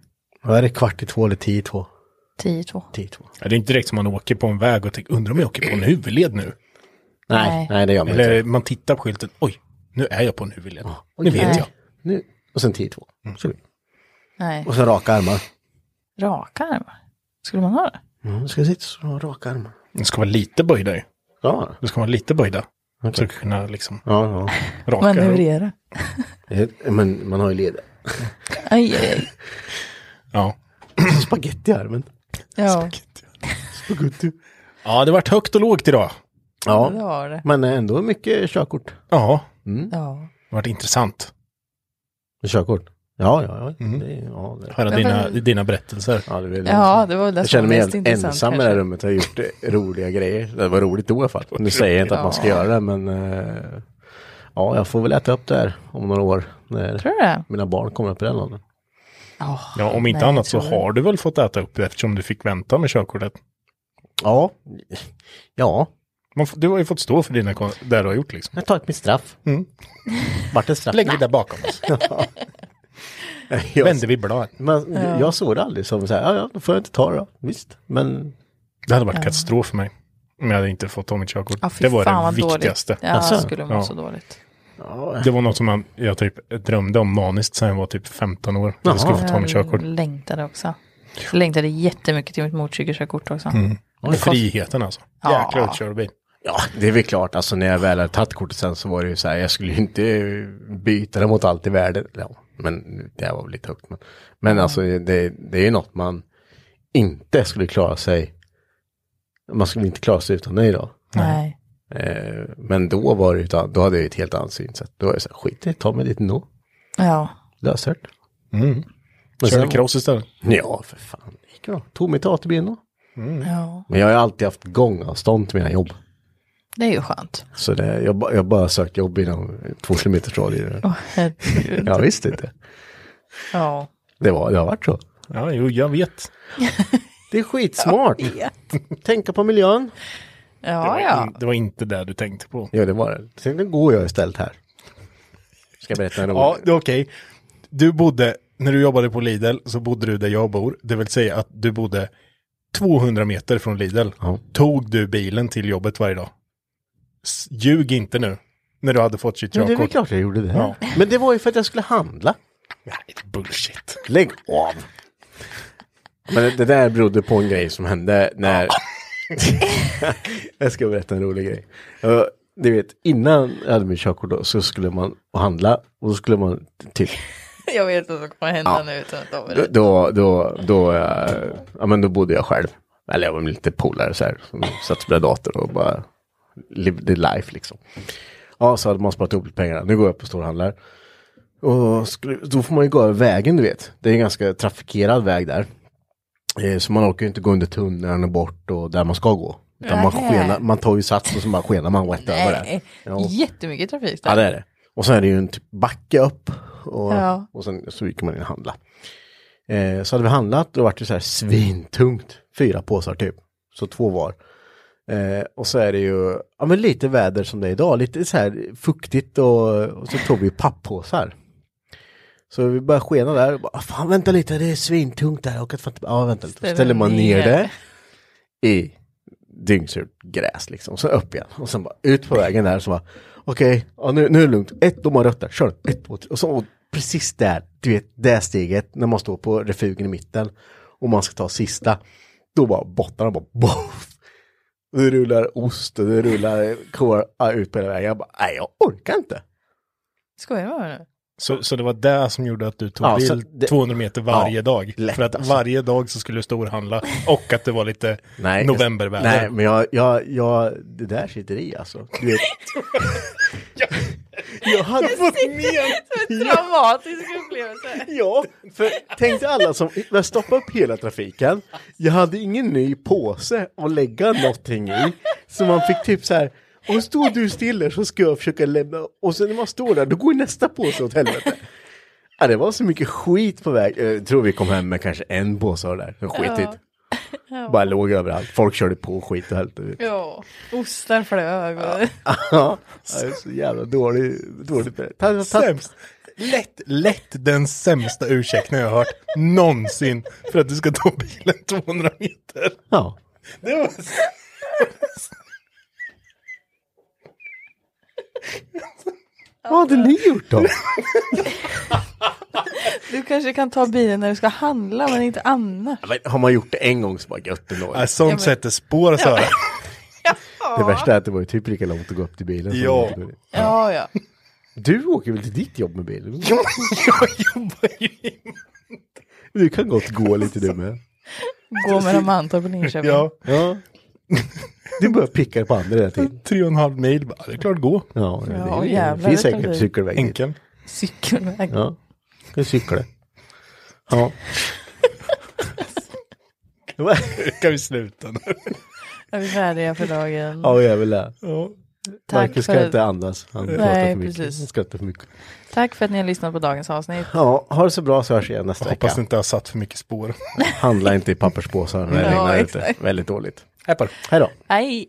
Speaker 2: vad är det, kvart i två eller tio i två?
Speaker 3: 10-2.
Speaker 2: Tio i två.
Speaker 4: Ja, Det är inte direkt som man åker på en väg och tänker, undrar om jag åker på en huvudled nu?
Speaker 3: Nej.
Speaker 2: Nej, nej det gör man inte.
Speaker 4: Eller man tittar på skylten, oj, nu är jag på en huvudled. Nu vet jag.
Speaker 2: Nu, och sen 10-2. Så-
Speaker 3: Nej,
Speaker 2: Och så raka armar.
Speaker 3: raka armar. Skulle man ha det?
Speaker 2: Mm, ska sitta så och raka armar.
Speaker 4: Det ska vara lite böjda ju.
Speaker 2: Ja,
Speaker 4: Det ska vara lite böjda.
Speaker 2: Okej.
Speaker 4: Så att kunna liksom
Speaker 2: ja, ja.
Speaker 4: raka.
Speaker 3: Manövrera.
Speaker 2: Det- Men man har ju leder.
Speaker 3: Aj, aj, aj.
Speaker 4: Ja.
Speaker 2: Spagetti i armen.
Speaker 3: Ja,
Speaker 2: Spagetti.
Speaker 4: ja, det vart högt och lågt idag.
Speaker 3: det
Speaker 2: Ja,
Speaker 3: var det.
Speaker 2: men ändå mycket körkort.
Speaker 4: Ja,
Speaker 3: Ja.
Speaker 4: det vart intressant.
Speaker 2: Körkort? Ja, ja, ja. Det, är- ja, det,
Speaker 4: Höra dina, dina berättelser.
Speaker 2: ja, det vill jag.
Speaker 3: ja, det var det
Speaker 2: Jag
Speaker 3: som
Speaker 2: känner mig
Speaker 3: var
Speaker 2: helt
Speaker 3: mest intressant.
Speaker 2: ensam i det här rummet. Jag har gjort eh, roliga grejer. Det var roligt då i alla fall. Nu säger jag inte att man ska göra det, men eh, ja, jag får väl äta upp det här om några år. När
Speaker 3: Tror du det?
Speaker 2: mina barn kommer upp i den åldern.
Speaker 4: Ja, om inte
Speaker 3: Nej,
Speaker 4: annat så
Speaker 3: jag tror det.
Speaker 4: har du väl fått äta upp det eftersom du fick vänta med körkortet.
Speaker 2: Ja, ja,
Speaker 4: Man, f- du har ju fått stå för dina, kon- det du har gjort liksom.
Speaker 2: Jag har tagit mitt straff.
Speaker 4: Mm.
Speaker 2: Vart det straff?
Speaker 4: Lägger vi det bakom oss.
Speaker 2: jag,
Speaker 4: Vänder vi blad.
Speaker 2: men, jag såg det aldrig som så här, ja, ja, då får jag inte ta det då. Visst, men
Speaker 4: Det hade varit katastrof för mig. Om jag hade inte fått ta mitt körkort.
Speaker 3: Ja, fy
Speaker 4: det var
Speaker 3: fan vad
Speaker 4: det viktigaste.
Speaker 3: Dåligt. Ja,
Speaker 2: Alltså?
Speaker 3: det skulle må
Speaker 4: Ja.
Speaker 3: så dåligt.
Speaker 4: Det var något som jag, jag typ drömde om maniskt sen jag var typ 15 år. Att
Speaker 2: Jaha.
Speaker 4: Jag skulle få ta mitt körkort.
Speaker 3: Jag Mm, längtade också. Jag längtade jättemycket till mitt motorcykelkörkort också.
Speaker 4: Mm, Friheten alltså.
Speaker 3: Ja.
Speaker 4: Jäklar vad kör bil.
Speaker 2: ja, det är väl klart, alltså när jag väl hade tagit kortet sen så var det ju så här, jag skulle ju inte eh, byta det mot allt i världen. Ja, men det här var väl lite högt. Men, men alltså det, det är ju något man inte skulle klara sig, man skulle inte klara sig utan det idag.
Speaker 3: Nej.
Speaker 2: Eh, men då var det ju, ett an- då hade jag ju ett helt annat synsätt. Då var det så här, skit i det, ta mig dit ändå.
Speaker 3: Ja.
Speaker 2: Lösört.
Speaker 4: Mm.
Speaker 2: Men
Speaker 4: Körde
Speaker 2: sen-
Speaker 4: cross istället.
Speaker 2: Ja, för fan. Det gick bra. Tog mig till ATB ändå. Mm.
Speaker 3: ja.
Speaker 2: Men jag har ju alltid haft gångavstånd till mina jobb.
Speaker 3: Det är ju skönt.
Speaker 2: Så det, jag, ba- jag bara sökt jobb inom två kilometers radie.
Speaker 3: Åh, herregud.
Speaker 2: Jag visste inte.
Speaker 3: ja.
Speaker 2: Det, var, det har varit så.
Speaker 4: Ja, jo, jag vet.
Speaker 2: Det är skitsmart. Tänka på miljön.
Speaker 4: det,
Speaker 3: Ja,
Speaker 4: var
Speaker 3: ja.
Speaker 4: in, det var inte det du tänkte på.
Speaker 2: Jo, det var det. Sen nu går jag istället här. Ska jag berätta en rolig?
Speaker 4: Ja, det är okej. Du bodde, när du jobbade på Lidl så bodde du där jag bor. Det vill säga att du bodde 200 meter från Lidl.
Speaker 2: Ja.
Speaker 4: Tog du bilen till jobbet varje dag? S- Ljug inte nu. När du hade fått sitt
Speaker 2: Men det är väl
Speaker 4: körkort.
Speaker 2: klart jag gjorde det.
Speaker 4: Ja.
Speaker 2: Men det var ju för att jag skulle handla.
Speaker 4: Nej, bullshit.
Speaker 2: Lägg av! Men det, det där berodde på en grej som hände när... jag ska berätta en rolig grej. Uh, Du vet, innan jag hade mitt körkort då, så skulle man handla och så skulle man typ
Speaker 3: Jag vet vad som kommer hända nu utan att
Speaker 2: då, då, då, då, eh, ja, men då bodde jag själv. Eller jag var med lite polare så här. Som satt vid datorn och bara live the life liksom. Ja, så hade man sparat ihop lite pengar. Nu går jag upp och storhandlar. Och skulle, då får man ju gå över vägen du vet. Det är en ganska trafikerad väg där. Eh, Så man orkar ju inte gå under tunneln och bort och där man ska gå. Utan man,
Speaker 3: Nej.
Speaker 2: skenar, man tar ju sats och så bara skenar man rätt över det.
Speaker 3: Nej,
Speaker 2: Jo.
Speaker 3: jättemycket trafik
Speaker 2: Ja,
Speaker 3: där.
Speaker 2: det är det. Och sen är det ju en typ backe upp. Och,
Speaker 3: Ja.
Speaker 2: och sen så gick man in och handla. Eh, så hade vi handlat och vart det så här svintungt. Fyra påsar typ. Så två var. Eh, och så är det ju ja, men lite väder som det är idag. Lite så här fuktigt och, och så tog vi papppåsar. Så vi började skena där. Och bara, fan vänta lite, det är svintungt där. Och, fan, ja, vänta lite. Så
Speaker 3: Ställer
Speaker 2: ställer man ner
Speaker 3: ner.
Speaker 2: det i dyngsurt gräs liksom. Så upp igen och sen bara ut på vägen där så bara okej, ja, nu, nu är det lugnt. Ett, de har rött där, kör ett, två, tre. Och så och precis där, du vet det steget när man står på refugen i mitten och man ska ta sista. Då bara bottnarna bara boff. Det rullar ost och det rullar kor ja, ut på hela vägen. Jag bara, nej jag orkar inte.
Speaker 3: Skojar du med mig nu?
Speaker 4: Så, så det var det som gjorde att du tog
Speaker 2: Ja, så
Speaker 4: bil
Speaker 2: det-
Speaker 4: 200 meter varje
Speaker 2: Ja,
Speaker 4: dag.
Speaker 2: lätt
Speaker 4: för att
Speaker 2: alltså.
Speaker 4: varje dag så skulle du storhandla och att det var lite
Speaker 2: Nej,
Speaker 4: novemberväder.
Speaker 2: Nej, men jag, jag, jag, det där sitter i alltså. Du vet. jag hade fått med
Speaker 3: Dramatisk upplevelse.
Speaker 2: Ja, för tänk dig alla som jag stoppade upp hela trafiken. Jag hade ingen ny påse att lägga någonting i. Så man fick typ så här, och står du stilla så ska jag försöka lämna. Och sen när man står där, då går ju nästa påse åt helvete. Ja, det var så mycket skit på väg. Eh, Jag tror vi kom hem med kanske en påse av det där. Det var Skitigt. Bara låg överallt. Folk körde på skit och helvete.
Speaker 3: Ja, ostar flög. och-
Speaker 2: Ja, det är så jävla dålig, dåligt. berättat.
Speaker 4: Sämst. Lätt, lätt den sämsta ursäkten jag har hört någonsin för att du ska ta bilen 200 meter.
Speaker 2: Ja.
Speaker 4: Det var...
Speaker 2: Vad hade ni gjort då?
Speaker 3: Du kanske kan ta bilen när du ska handla men inte annars.
Speaker 2: Ja, Men har man gjort det en gång så bara gött ändå.
Speaker 4: Ja, sånt sätter spår, så här.
Speaker 2: Det värsta är att det var ju typ lika långt att gå upp till bilen. som
Speaker 4: Ja.
Speaker 2: det var till-
Speaker 3: Ja, ja.
Speaker 2: Du åker väl till ditt jobb med bilen?
Speaker 4: Ja, Jag jobbar ju i-
Speaker 2: Du kan gott gå lite du med.
Speaker 3: Gå mellan Mantorp och Linköping.
Speaker 4: ja,
Speaker 2: Ja. Du börjar picka på andra hela tiden.
Speaker 4: tre och en halv mil. Bara, Det är klart gå.
Speaker 2: Ja, det,
Speaker 3: Ja,
Speaker 2: är- det
Speaker 3: jävlar,
Speaker 2: finns
Speaker 3: det tar
Speaker 2: säkert
Speaker 3: vi.
Speaker 2: cykelväg dit.
Speaker 4: Enkel.
Speaker 3: Cykelväg.
Speaker 2: Ja, ska vi cykla. Ja. Det var-
Speaker 4: Kan vi sluta nu?
Speaker 3: Är vi färdiga för dagen?
Speaker 2: Ja, jag vill det.
Speaker 4: Ja.
Speaker 3: Tack,
Speaker 2: Marcus
Speaker 3: för,
Speaker 2: ska inte andas. Han pratar för mycket.
Speaker 3: precis.
Speaker 2: Han skrattar för mycket.
Speaker 3: tack för att ni har lyssnat på dagens avsnitt.
Speaker 2: Ja, ha det så bra så hörs igen nästa
Speaker 4: Hoppas det
Speaker 2: vecka.
Speaker 4: inte har satt för mycket spår.
Speaker 2: Handla inte i papperspåsar när det
Speaker 3: Ja,
Speaker 2: regnar ute.
Speaker 3: exakt.
Speaker 2: Väldigt dåligt. Hej på dig. Hej då.
Speaker 3: Hej!